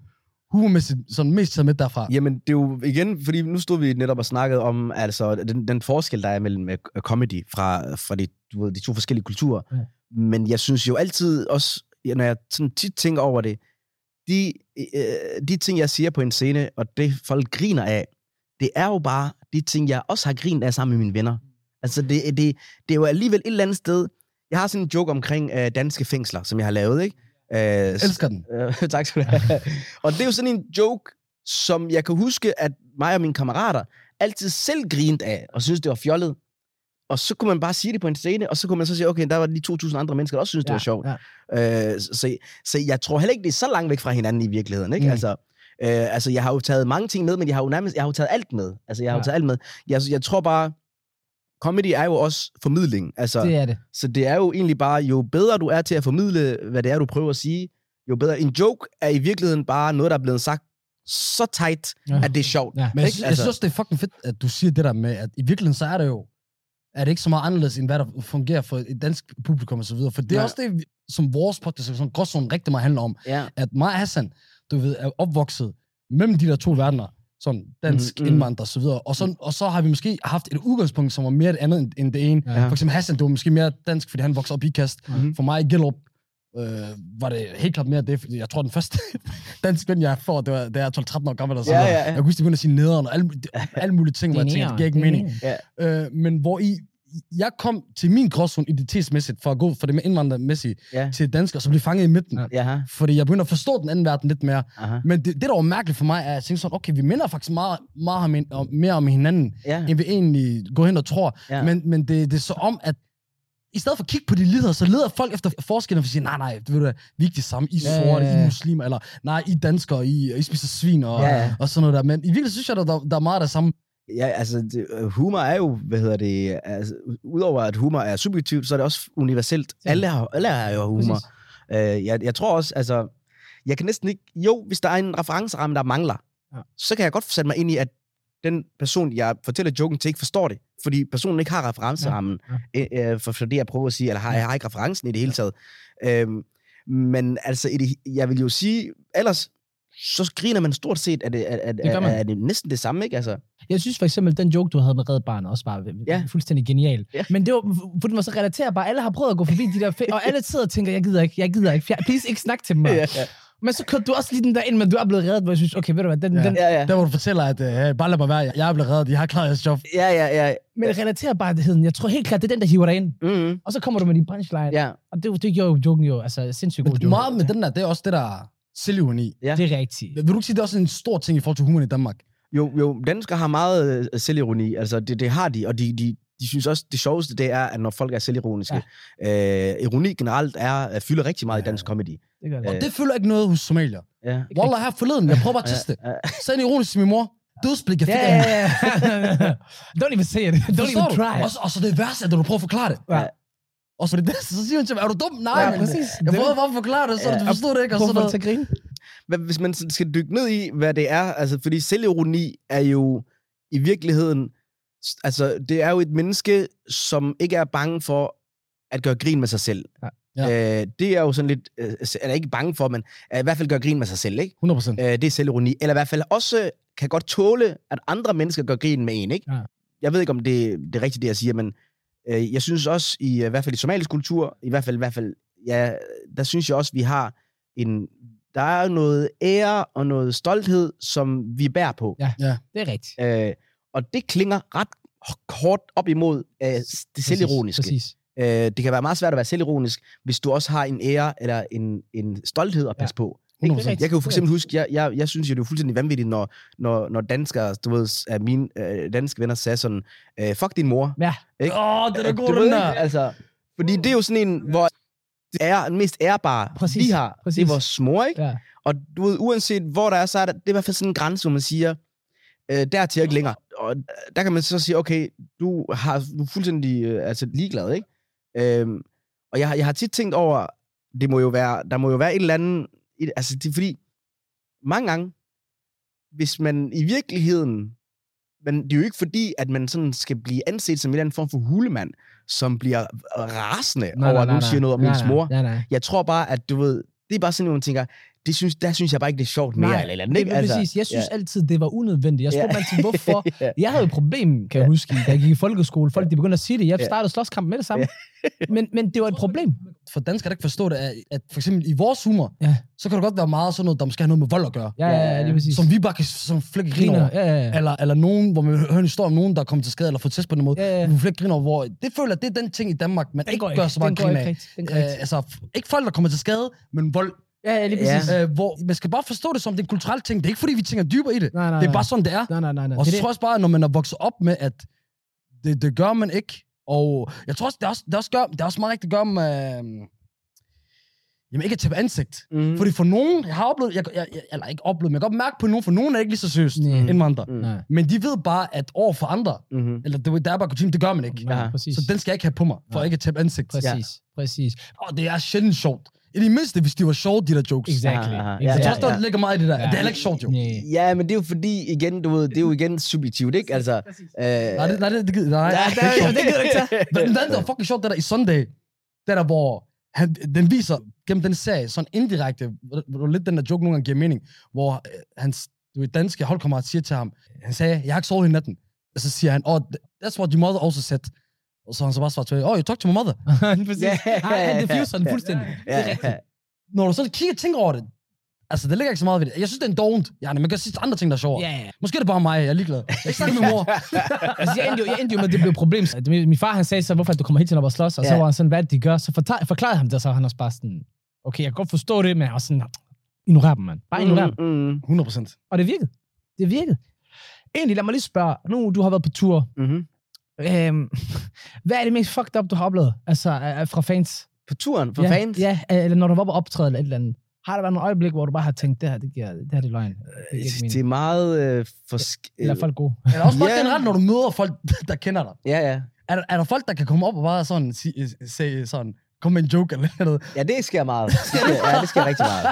C: humormæssigt sådan mest taget med derfra?
B: Jamen, det er jo igen, fordi nu stod vi netop og snakkede om altså, den, den forskel, der er mellem øh, comedy fra, fra de, du ved, de to forskellige kulturer.
A: Ja.
B: Ja. Men jeg synes jo altid også, ja, når jeg sådan tit tænker over det, de, øh, de ting, jeg siger på en scene, og det folk griner af, det er jo bare de ting, jeg også har grint af sammen med mine venner. Altså, det, det, det er jo alligevel et eller andet sted. Jeg har sådan en joke omkring øh, danske fængsler, som jeg har lavet, ikke? Øh,
C: Jeg elsker den.
B: Øh, [laughs] tak skal du have. og det er jo sådan en joke, som jeg kan huske, at mig og mine kammerater altid selv grinte af, og synes det var fjollet. Og så kunne man bare sige det på en scene, og så kunne man så sige, okay, der var lige 2.000 andre mennesker, der også synes, det var sjovt.
A: Ja.
B: Øh, så, så jeg tror heller ikke, det er så langt væk fra hinanden i virkeligheden. Ikke?
C: Mm.
B: Mm. Altså, øh, altså, jeg har jo taget mange ting med, men jeg har jo nærmest jeg har jo taget alt med. Altså, jeg har ja.
A: Ja.
B: jo taget alt med. Jeg, jeg tror bare, comedy er jo også formidling. Altså,
A: Det er det.
B: så det er jo egentlig bare, jo bedre du er til at formidle, hvad det er, du prøver at sige, jo bedre. En joke er i virkeligheden bare noget, der er blevet sagt så tight,
A: Ja.
B: at det er sjovt.
A: Ja.
C: Men jeg,
B: Ikke?
C: synes, jeg synes
B: Altså-
C: også, det er fucking fedt, at du siger det der med, at i virkeligheden så er det jo, er det ikke så meget anderledes, end hvad der fungerer for et dansk publikum og så videre. For det er
B: Nej.
C: også det, som vores podcast, som Gråzonen rigtig meget handler om,
B: Ja.
C: at mig og Hassan, du ved, er opvokset mellem de der to verdener, sådan dansk
B: Mm,
C: mm,
B: mm.
C: indvandrer og så videre. Og så, og så har vi måske haft et udgangspunkt, som var mere et andet end, end det ene.
A: Ja.
C: For eksempel Hassan, det var måske mere dansk, fordi han voksede op i Ikast.
B: Mhm.
C: For mig i Gellup øh, var det helt klart mere det, fordi jeg tror, den første [laughs] dansk ven, jeg får, det var, da jeg er 12-13 år gammel. Og sådan
B: Ja,
C: noget.
B: ja, ja.
C: Jeg kunne huske, de begyndte at sige nederen og alle, alle mulige ting, hvor jeg tænkte, det giver ikke mening. Øh, men hvor I, jeg kom til min gråzone identitetsmæssigt, for at gå fra det med indvandrermæssigt
B: Ja.
C: til dansk, og så blev fanget i midten.
A: Ja.
B: Ja.
C: Fordi jeg begynder at forstå den anden verden lidt mere.
B: Aha.
C: Men det, det der var mærkeligt for mig, er at jeg tænkte sådan, okay, vi minder faktisk meget, meget om, om, mere om hinanden,
B: Ja.
C: end vi egentlig går hen og tror.
B: Ja.
C: Ja. Men, men det, det er så om, at i stedet for at kigge på de lidere, så leder folk efter forskellen, for at sige, nej, nej, det ved du, hvad, vi er ikke de samme, I er
A: Ja,
C: sorte,
A: ja, ja.
C: I er muslimer, eller nej, I er danskere, I, I spiser svin, og,
B: Ja,
C: ja.
B: ja.
C: og sådan noget der. Men i virkeligheden synes jeg, der, der, der er meget af det samme.
B: ja altså, det, øh, humor er jo, hvad hedder det, altså, udover at humor er subjektivt, så er det også universelt.
A: Ja.
B: Alle har, alle har jo humor.
A: Præcis.
B: Øh, jeg, jeg tror også, altså, jeg kan næsten ikke, jo, hvis der er en referenceramme, der mangler,
A: Ja.
B: ja. så kan jeg godt sætte mig ind i, at den person, jeg fortæller joken til, ikke forstår det, fordi personen ikke har referencerammen, ja. Ja. Øh, for, for det, jeg prøver at sige, eller har, jeg har ikke referencen i det hele taget. Øhm, men altså, i det, jeg vil jo sige, ellers, så griner man stort set, at det, at, at,
A: Det gør
B: at,
A: man.
B: at det næsten det samme, ikke? Altså,
A: Jeg synes for eksempel, den joke, du havde med Red Barnet, også var ja.
B: Ja.
A: fuldstændig genial.
B: Ja.
A: Ja. Men det var, for den var så relaterbar. Alle har prøvet at gå forbi de der fe- og alle sidder og tænker, jeg gider ikke, jeg gider ikke. Please ikke snak til mig. Ja.
B: ja.
A: Men så kørte du også lige den der ind, men du er blevet reddet, hvor jeg synes, okay, ved du hvad, den,
C: Ja.
A: den,
B: Ja, ja.
C: Der hvor du fortæller, at øh, bare lad mig være, jeg er blevet reddet, jeg har klaret jeres job.
B: Ja, ja, ja.
A: men relaterbarheden, jeg tror helt klart, det er den, der hiver dig ind.
B: Mm-hmm.
A: Og så kommer du med din punchline,
B: Ja,
A: og det, det gjorde jo joken jo, altså sindssygt god
C: Men
A: joke.
C: meget med den der, det er også det, der er selvironi.
B: ja.
A: Det er rigtigt.
C: Vil du ikke sige, det er også en stor ting i forhold til humoren i Danmark?
B: Jo, jo, danskere har meget øh, selvironi. Altså, det, det har de, og de, de, de synes også, det sjoveste, det er, at når folk er selvironiske. Ja. Øh, ironi generelt er, øh, fylder rigtig meget ja. i dansk comedy.
A: Det gør det.
C: Og
B: Øh.
C: det føler ikke noget hos somalier.
B: Ja.
C: Wallah, her forleden, jeg prøver bare at teste.
B: Ja,
C: Send ironisk til min mor. Dødsblik, jeg
A: Ja,
C: fik af
A: ja,
C: hende.
A: ja. [laughs] Don't even say it. Don't
C: Forstår
A: even
C: du?
A: try.
C: Og, så, og så det værste, er, når du prøver at forklare det.
A: Ja.
C: Og så, det, der, så siger hun til mig, er du dum? Nej,
A: Ja,
C: men
A: præcis.
C: jeg
A: Det-
C: prøvede bare at forklare det, så
B: Ja,
C: du forstod det ikke. Og sådan
A: Hvorfor
C: noget.
A: til grin?
B: [laughs] Hvad- Hvis man sådan skal dykke ned i, hvad det er, altså, fordi selvironi er jo i virkeligheden, s- altså, det er jo et menneske, som ikke er bange for at gøre grin med sig selv.
A: Ja.
B: Ja. Øh, det er jo sådan lidt, øh, s- eller ikke bange for, men øh, i hvert fald gøre grin med sig selv, ikke?
C: 100 procent.
B: Øh, det er selvironi. Eller i hvert fald også kan godt tåle, at andre mennesker gør grin med en, ikke?
A: Ja.
B: Jeg ved ikke, om det, det er rigtigt, det jeg siger, men øh, jeg synes også, i øh, hvert fald i somalisk kultur, i hvert fald, i hvert fald, ja, der synes jeg også, vi har en... Der er noget ære og noget stolthed, som vi bærer på.
A: Det er rigtigt.
B: Øh, og det klinger ret hårdt op imod øh, det selvironiske.
A: Præcis.
B: Øh, det kan være meget svært at være selvironisk, hvis du også har en ære eller en, en stolthed at passe ja. på.
A: Ikke?
C: 100%.
A: Det er rigtigt.
B: Jeg kan jo for eksempel huske, jeg, jeg, jeg synes jo, det er fuldstændig vanvittigt, når, når, når danskere, du ved, af mine øh, danske venner sagde sådan, øh, fuck din mor.
A: Ja.
B: Ikke?
C: Åh, oh, det er da god,
B: du
C: den
B: ved,
C: der.
B: ikke? altså, fordi det er jo sådan en, hvor det er den mest ærbare,
A: Præcis,
B: vi har. Det
A: præcis.
B: er vores mor, ikke? Ja.
A: Ja.
B: Og du ved, uanset hvor der er, så er der, det er i hvert fald sådan en grænse, hvor man siger, øh, der til ikke længere. Og øh, der kan man så sige, okay, du, har, du er fuldstændig øh, altså, ligeglad, ikke? Øhm, og jeg, har- jeg har tit tænkt over, det må jo være, der må jo være et eller andet, et, altså det er fordi, mange gange, hvis man i virkeligheden, men det er jo ikke fordi, at man sådan skal blive anset som en eller anden form for hulemand, som bliver øh, rasende nej, over, at nu siger noget om
A: nej,
B: ens
A: nej,
B: mor.
A: Nej, nej.
B: Jeg tror bare, at du ved, det er bare sådan, at man tænker, det synes, der synes jeg bare ikke, det er sjovt mere.
A: Nej,
B: eller, et eller, andet, ikke? Altså,
A: Det er præcis. Jeg synes altid, det var unødvendigt. Jeg spurgte
B: Ja.
A: mig altid, hvorfor.
B: [laughs] ja.
A: Jeg havde et problem, kan jeg huske, da jeg gik i folkeskole. Folk de begyndte at sige det. Jeg
B: Ja.
A: startede slåskamp med det samme. [laughs] Men, men det var et problem.
C: For danskere, der ikke forstår det, at, at for eksempel i vores humor,
A: Ja.
C: så kan det godt være meget sådan noget, der måske har noget med vold at gøre.
A: Ja, ja, ja, lige præcis.
C: Som vi bare kan som flække griner
A: griner.
C: over.
A: Ja, ja, ja.
C: Eller, eller nogen, hvor man hører en historie om nogen, der er kommet til skade eller fået test på den måde.
A: Ja, ja.
C: Hvor man flække griner over, hvor det føler, det er den ting i Danmark, man
A: Den
C: ikke
A: går
C: gør så meget
A: Den går
C: grin
A: ikke
C: af.
A: rigtigt. Den går
C: Øh,
A: ikke.
C: altså, f- ikke folk, der kommer til skade, men vold.
A: Ja, ja, lige præcis.
C: Øh, hvor man skal bare forstå det som, det er en kulturel ting. Det er ikke, fordi vi tænker dybere i det.
A: Nej, nej,
C: Det er
A: nej.
C: bare sådan, det er.
A: Nej, nej, nej. nej.
C: Og
A: Det
C: så
A: er det.
C: tror jeg også bare, når man er vokset op med, at det, det gør man ikke. Og jeg tror også, det er også, det er også, gør, det er også meget rigtigt, det gør med... Øh, jamen ikke at tabe ansigt.
B: Mm.
A: Mhm,
C: Mm. Fordi for nogen, jeg har oplevet, jeg, jeg, jeg, eller ikke oplevet, men jeg kan godt mærke på nogen, for nogen er ikke lige så seriøst
A: Nej.
C: mm. end andre.
B: Mm.
C: Mm.
A: Nej,
C: Men de ved bare, at over for andre,
A: mhm.
B: Mm-hmm.
C: eller det, der er bare kutume, det gør man ikke.
A: nej,
B: Ja.
A: præcis.
C: Så den skal jeg ikke have på mig, for
A: Nej.
C: ikke at tabe ansigt.
A: Præcis, præcis.
C: Og det er sjældent sjovt. I det mindste, hvis de var sjove, de der jokes. Exactly.
A: Exactly.
B: Ja, ja,
C: Jeg
B: ja,
C: tror
B: ja.
C: også, der ligger meget i det der.
A: Ja.
C: Det er heller ikke sjovt, jo.
A: Nej.
B: Ja, men det er jo fordi, igen, du ved, det er jo igen subjektivt, ikke?
A: [laughs]
B: Altså, øh, [laughs]
C: Nej, det, nej, det, det gider nej,
B: Ja,
C: det er ikke sjovt.
A: det gider du ikke tage.
C: Men den der var fucking sjovt, det der i Sunday, det der, hvor han, den viser gennem den serie, sådan indirekte, hvor hvor lidt den der joke nogle gange giver mening, hvor øh, hans du ved, danske holdkammerat siger til ham, han sagde, jeg har ikke sovet i natten. Og så siger han, oh, that's what your mother also said. Og så har han så bare svaret tilbage, oh, you talk to my mother.
A: præcis.
B: Ja, ja,
A: Han, han
B: ja,
A: diffuser den
B: ja.
A: fuldstændig. Det
B: [laughs] ja,
A: er rigtigt.
B: ja.
C: Når du så kigger og tænker over det, altså det ligger ikke så meget ved det. Jeg synes, det er en dovent. Ja, man kan sige andre ting, der er sjovere.
A: Ja, ja.
C: Måske er det bare mig, jeg er ligeglad. Jeg ikke snakke med mor.
A: Altså, jeg endte jo, jeg endte jo med, at det blev et problem. Så Min, min far, han sagde så, hvorfor at du kommer helt til op og slås, og så
B: Ja.
A: var han sådan, hvad er det, de gør. Så forta- forklarede han det, så han også bare sådan, okay, jeg kan godt forstå det, men jeg var sådan, ignorer dem, mand. Bare ignorer dem.
B: Mm, mm,
C: 100 procent.
A: Og det virkede. Det virkede. Egentlig, lad mig lige spørge, nu du har været på tur,
B: mm-hmm.
A: øhm, [laughs] hvad er det mest fucked up, du har oplevet, altså af- af- fra fans?
B: På turen, for
A: ja,
B: fans.
A: Ja, øh, eller når du var på optræde eller et eller andet. Har der været nogle øjeblik, hvor du bare har tænkt, det her, det, giver, det her det er
B: Øh,
A: løgn? Det giver ikke
B: Det
A: mening.
B: er meget øh, forsk-
A: Eller er folk gode?
C: Eller også bare
B: Ja.
C: yeah. generelt, når du møder folk, [laughs] der kender dig.
B: Ja, ja.
C: Er, der- er der folk, der kan komme op og bare sådan, sige, sige sådan, komme med en joke eller noget?
B: Ja, det sker
A: [laughs]
B: meget. Det sker- ja, det sker rigtig meget.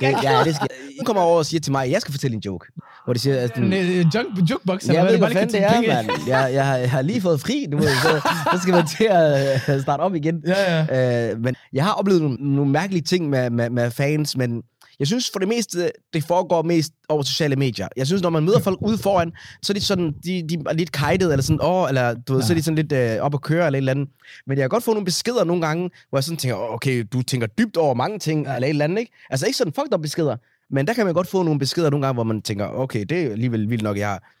B: Det, ja, det sker. Hun kommer over og siger til mig, at jeg skal fortælle en joke. Hvor de siger, at
A: [laughs]
B: sådan,
A: junk, jukebox,
B: Mm. jeg ved ikke, hvad fanden det er, mand. [laughs] Jeg, jeg, har, jeg har lige fået fri, du ved, så, så skal man til at øh, starte op igen.
C: Ja, ja.
B: Øh, men jeg har oplevet nogle, nogle mærkelige ting med, med, med fans, men Jeg synes for det meste, det foregår mest over sociale medier. Jeg synes, når man møder folk ude foran, så er de sådan, de, de er lidt kajtet, eller sådan, åh, eller du ved, ja. så er de sådan lidt øh, op at køre, eller et eller andet. Men jeg kan godt få nogle beskeder nogle gange, hvor jeg sådan tænker, "Åh, okay, du tænker dybt over mange ting, ja. eller et eller andet, ikke? Altså ikke sådan fucked up beskeder, men der kan man godt få nogle beskeder nogle gange, hvor man tænker, okay, det er alligevel vildt nok, jeg har.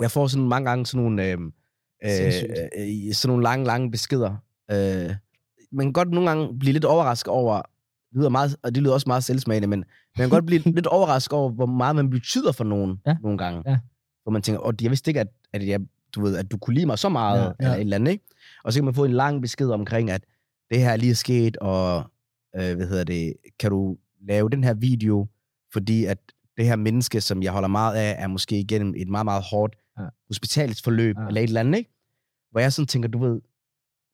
B: Jeg får sådan mange gange sådan nogle, øh, øh,
A: Sindssygt.
B: øh, sådan nogle lange, lange beskeder. Øh, man kan godt nogle gange blive lidt overrasket over, det lyder meget, og det lyder også meget selvsmagende, men man kan godt blive lidt overrasket over, hvor meget man betyder for nogen
A: Ja.
B: ja. nogle gange.
A: Ja.
B: Hvor man tænker, åh, jeg vidste ikke, at, at, jeg, du ved, at du kunne lide mig så meget,
C: Ja,
B: ja,
C: ja.
B: ja. eller et eller andet, ikke? Og så kan man få en lang besked omkring, at det her lige er sket, og øh, hvad hedder det, kan du lave den her video, fordi at det her menneske, som jeg holder meget af, er måske igennem et meget, meget hårdt
A: Ja.
B: ja. hospitalsforløb,
A: Ja.
B: ja. eller et eller andet, ikke? Hvor jeg sådan tænker, du ved,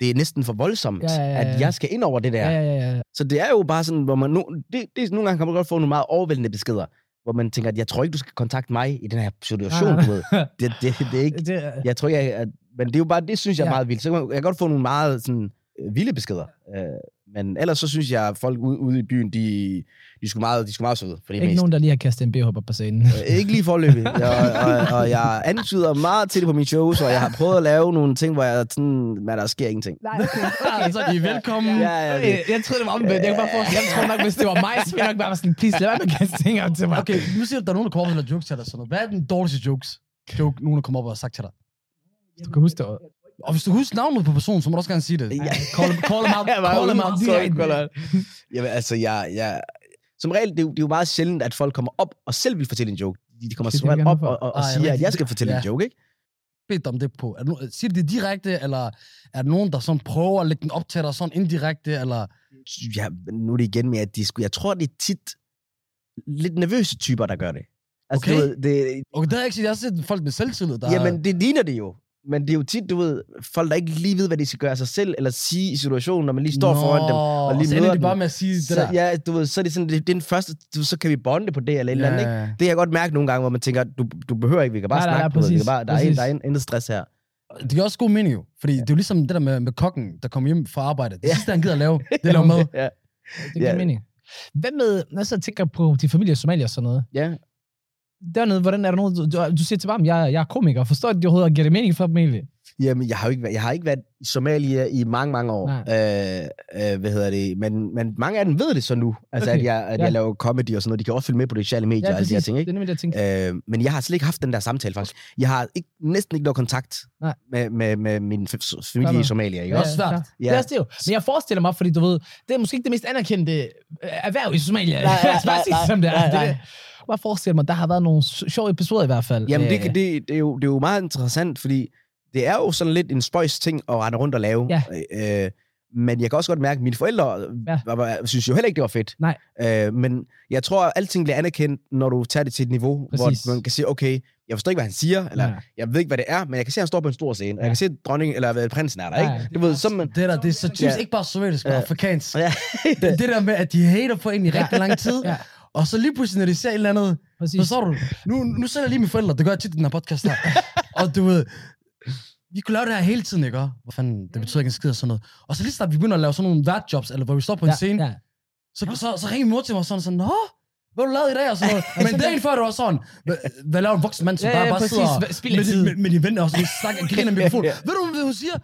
B: det er næsten for voldsomt,
A: Ja, ja, ja, ja.
B: at jeg skal ind over det der.
A: Ja, ja, ja. ja.
B: Så det er jo bare sådan, hvor man nu, det, det, nogle gange kan man godt få nogle meget overvældende beskeder, hvor man tænker, at jeg tror ikke, du skal kontakte mig i den her situation,
A: Nej, nej,
B: du
A: [laughs]
B: ved. Det, det, det er ikke,
A: Det, er-
B: jeg tror ikke, jeg, at, men det er jo bare, det synes jeg er
A: Ja.
B: meget vildt. Så kan man, jeg kan godt få nogle meget sådan, øh, vilde beskeder. Øh, men ellers så synes jeg, at folk ude, ude i byen, de, de skulle meget, de skulle meget søde for det
A: ikke
B: meste.
A: nogen, der lige har kastet en BH på [laughs] bassinen.
B: Øh, Ikke lige forløbig. Jeg, og, og, jeg antyder meget til det på mine shows, og jeg har prøvet at lave nogle ting, hvor jeg sådan, man, der sker ingenting.
D: Nej, okay. okay.
C: Altså, I er velkommen.
B: Ja, ja, det,
A: Jeg troede, det var omvendt. Jeg, kunne bare forestille- jeg tror nok, hvis det var mig, så ville jeg nok bare være sådan, please, lad være med at kaste ting op til mig.
C: Okay, nu siger du, at der er nogen, der kommer op og laver jokes til dig eller sådan noget. Hvad er den dårligste jokes? Joke, nogen, der kommer op og har sagt til dig.
A: Du kan huske det.
C: Og hvis du husker navnet på personen, så må du også gerne sige det.
B: [laughs] Ja.
A: Call, call him out.
B: Jeg var
A: Call him out
B: ude-
A: direkte.
B: call out. [laughs] Jamen, altså, jeg, jeg... Som regel, det er, jo, det er jo meget sjældent, at folk kommer op og selv vil fortælle en joke. De de kommer
A: Det er
B: som
A: det, vi
B: regel
A: gerne
B: op
A: vil
B: og, og, og
C: Ej,
B: siger, at
C: rigtigt.
B: jeg skal fortælle
C: Ja.
B: en joke, ikke?
C: Bedt dig om det på. Er det, no- siger de det direkte, eller er der nogen, der sådan prøver at lægge den op til dig sådan indirekte, eller...
B: Ja, nu er det igen med, at de skulle... Jeg tror, det er tit lidt nervøse typer, der gør det. Altså,
C: Okay.
B: du ved, det,
C: Okay, det har jeg ikke set. Jeg har set folk med selvtillid, der...
B: Jamen, det ligner det jo. Men det er jo tit, du ved, folk, der ikke lige ved, hvad de skal gøre af sig selv, eller sige i situationen, når man lige står Nå, foran dem.
C: og
B: lige
C: så ender
B: møder
C: de
B: den.
C: bare med at sige det
B: Så,
C: der.
B: ja, du ved, så er det sådan, det, det er den første, du, ved, så kan vi bonde på det, eller et eller andet, ikke? Det kan jeg godt mærke nogle gange, hvor man tænker, du, du behøver ikke, vi kan bare
A: Nej, nej,
B: snakke,
A: nej,
B: du ved, vi
A: præcis,
B: kan bare, der, er, en-
A: præcis.
B: der er en- intet stress her.
C: Det giver også god mening jo, fordi ja. det er jo ligesom det der med, med kokken, der kommer hjem fra arbejde. Det
B: Ja.
C: sidste, han gider at
B: [laughs]
C: lave, det laver mad.
B: Ja,
A: Det giver
B: Ja.
A: mening. Hvad med, når jeg så tænker på din familie i Somalia og sådan noget?
B: ja.
A: Dernede, hvordan er der nogen, du, du, du siger til dem, jeg, jeg er komiker, forstår de overhovedet, og giver det mening for dem egentlig?
B: Jamen, jeg har jo ikke, været- jeg har ikke været i Somalia i mange, mange år.
A: Nej.
B: Øh, øh, hvad hedder det? Men, men mange af dem ved det så nu, altså,
A: Okay,
B: at, jeg, at
A: ja.
B: jeg laver comedy og sådan noget. De kan også følge med på de sociale medier og alle de her ting,
A: Det
B: ikke?
A: er nemlig det, jeg tænker.
B: Øh, men jeg har slet ikke haft den der samtale, faktisk. Jeg har ikke, næsten ikke noget kontakt
A: Nej.
B: med, med, med min f- familie
A: Klar,
B: i Somalia, ikke
C: Ja,
B: også?
C: også svært.
A: klar. Det er også det jo. Men jeg forestiller mig, fordi du ved, det er måske ikke det mest anerkendte øh, erhverv i Somalia.
B: Nej, nej,
A: [laughs] Lad os bare
B: nej,
A: sige det,
B: nej,
A: som det er.
B: nej,
A: Det er
B: nej.
A: det. Bare forestil mig, der har været nogle s- sjove episoder i hvert fald.
B: Jamen, det,
A: Øh,
B: kan- det, det, er jo, det er jo meget interessant, fordi det er jo sådan lidt en spøjs ting at rende rundt og lave.
A: Ja.
B: Øh, men jeg kan også godt mærke, at mine forældre
A: Ja.
B: ja. var, var, synes jo heller ikke, det var fedt.
A: Nej.
B: Øh, men jeg tror, at alting bliver anerkendt, når du tager det til et niveau,
A: Præcis.
B: hvor man kan sige, okay, jeg forstår ikke, hvad han siger, eller
A: Nej.
B: jeg ved ikke, hvad det er, men jeg kan se, at han står på en stor scene, og
A: Ja.
B: jeg kan se, at dronningen, eller hvad, prinsen er der,
A: Ja, ja.
B: ikke? Du ved, så man...
C: Det der, det er så typisk
B: Ja.
C: ikke bare sovjetisk, men
B: Ja.
C: afrikansk.
B: Ja.
C: Det- Det der med, at de hater på en i rigtig lang tid,
B: [laughs]
A: Ja.
C: og så lige pludselig, når de ser et eller andet,
A: Præcis.
C: forstår du? Nu, nu sælger jeg lige mine forældre, det gør jeg tit i den her podcast
B: [laughs]
C: her. og du ved, vi kunne lave det her hele tiden, ikke? også? Hvor fanden, det betyder ikke en skid og sådan noget. Og så lige snart vi begynder at lave sådan nogle værtjobs, eller hvor vi står på en
A: Ja,
C: scene,
A: ja.
C: Så, så, så ringer min mor til mig og sådan, sådan, Nå, hvad har du lavet i dag? Og sådan noget. Men dagen før, det var sådan, "Hva- hvad laver en voksen mand, som
A: Ja,
C: bare,
A: ja,
C: bare
A: præcis.
C: sidder
A: Hvad- spild af
C: med,
A: tid."
C: de- med, med dine venner og sådan, snakker og
A: [laughs]
C: griner med mikrofonen.
B: Ja.
C: Ved du, hvad hun siger?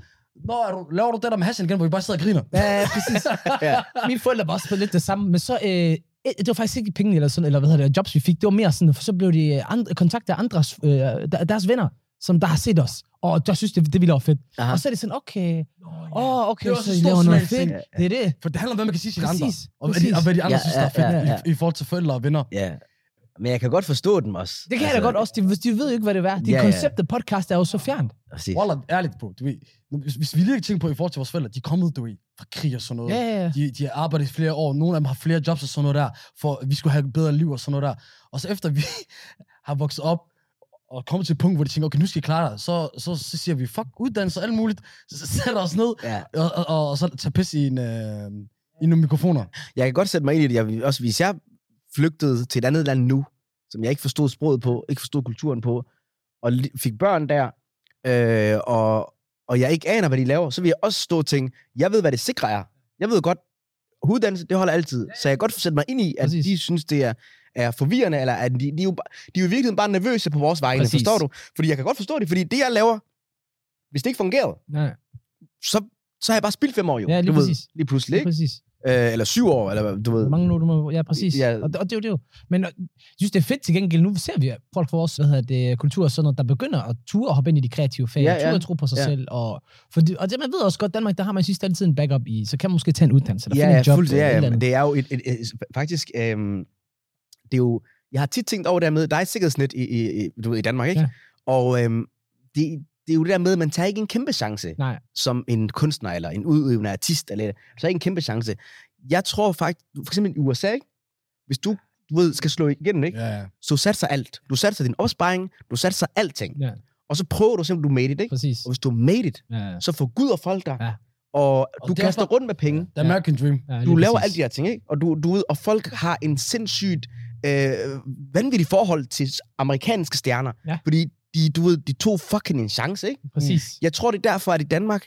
C: Nå, er du, laver du det der med Hassan igen, hvor vi bare sidder og griner?
A: Ja, ja, præcis.
B: Ja.
A: Mine forældre var også på lidt det samme, men så... Øh, et- det var faktisk ikke penge eller sådan, eller hvad hedder det, jobs vi fik. Det var mere sådan, for så blev de øh, andre, kontaktet af andres, øh, der- deres venner, som der har set os. Og der synes, det, det ville være fedt.
B: Aha.
A: Og så er det sådan, okay, åh, oh, okay,
C: Det var
A: så
C: så
A: I
C: stor
A: laver noget
C: smag,
A: fedt.
B: tænker
A: Det er det.
C: For det handler om, hvad man kan sige til de andre.
A: Præcis.
C: Og hvad, de, og hvad de andre ja,
B: Ja,
C: synes, der er
B: ja,
C: fedt
B: ja,
C: i,
B: ja.
C: i forhold til forældre og venner.
B: [laughs] Ja. Men jeg kan godt forstå dem også. Altså,
A: Det kan jeg da
C: Altså-
A: godt også. De, hvis de ved jo ikke, hvad det er. Det
B: Ja,
A: ja,
B: ja.
A: konceptet podcast er jo så fjernt.
B: Præcis.
C: Wallah, ærligt, bro. Du ved, nu- hvis, hvis vi lige ikke tænker på i forhold til vores forældre, de er kommet, du ved, fra krig og sådan noget.
A: Ja, ja, ja.
C: De, de har arbejdet i flere år. Nogle af dem har flere jobs og sådan noget der, for at vi skulle have et bedre liv og sådan noget der. Og så efter vi [laughs] har vokset op og kommet til et punkt, hvor de tænker, okay, nu skal I klare dig, så, så, så siger vi, fuck uddannelse og alt muligt, så sætter os ned
B: Ja.
C: og, og, og, og så tager pis i, en, øh, i nogle mikrofoner.
B: jeg kan godt sætte mig ind i det. Jeg vil også, hvis jeg flygtede til et andet land nu, som jeg ikke forstod sproget på, ikke forstod kulturen på, og li- fik børn der, øh, og, og jeg ikke aner, hvad de laver, så vil jeg også stå og tænke, jeg ved, hvad det sikre er. Jeg ved godt, hoveddannelse, det holder altid. Så jeg kan godt sætte mig ind i, at
A: Præcis.
B: Præcis. de synes, det er, er forvirrende, eller at de, de, er jo, ba- de er jo i virkeligheden bare nervøse på vores vegne,
A: Præcis.
B: Præcis. forstår du? Fordi jeg kan godt forstå det, fordi det, jeg laver, hvis det ikke fungerede,
A: Ja,
B: så, så har jeg bare spildt fem år jo.
A: Ja, lige
B: du ved,
A: præcis.
B: lige pludselig,
A: lige
B: ikke?
A: præcis.
B: Øh, eller syv år, eller hvad, du ved.
A: Hvor mange nu, du må... Ja, præcis.
B: Ja.
A: Og, det, og det er jo det. er jo- Men øh, jeg synes, det er fedt til gengæld. Nu ser vi at folk fra vores hvad hedder det, kultur og sådan noget, der begynder at ture at hoppe ind i de kreative fag,
B: Ja,
A: ja, ja. ture
B: ja.
A: at tro på sig ja.
B: Ja.
A: selv. Og, fordi, og det, man ved også godt, Danmark, der har man sidst altid en backup i, så kan man måske tage en uddannelse, eller
B: Ja,
A: finde
B: ja,
A: en job.
B: fuldstændig.
A: eller et
B: Ja,
A: eller
B: ja, men
A: andet.
B: det er jo et, et, et, et faktisk, øhm, det er jo, jeg har tit tænkt over det der med, der er et sikkerhedsnet i, i, i, du ved, i Danmark, ikke?
A: Ja.
B: Ja. Og øhm, det, det er jo det der med, at man tager ikke en kæmpe chance
A: Nej.
B: som en kunstner eller en udøvende artist, eller så ikke en kæmpe chance. Jeg tror faktisk, for eksempel i USA, ikke? hvis du, du ved, skal slå igennem, ikke?
C: Ja, ja.
B: så satser alt. Du satser din opsparing, du satser alting.
A: Ja.
B: Og så prøver du simpelthen, du made it, ikke?
A: Præcis.
B: Og hvis du made it,
A: Ja, ja.
B: så forguder folk dig,
A: Ja.
B: og
C: Og
B: du
C: derfor-
B: kaster rundt med penge
C: The American Dream.
A: Ja,
B: du
A: lige
B: laver
A: præcis.
B: alle de her ting, ikke? Og, du, du ved, og folk har en sindssygt øh, vanvittig forhold til amerikanske stjerner.
A: Ja.
B: Fordi de, du ved, de tog fucking en chance, ikke?
A: Præcis.
B: Jeg tror, det er derfor, at i Danmark,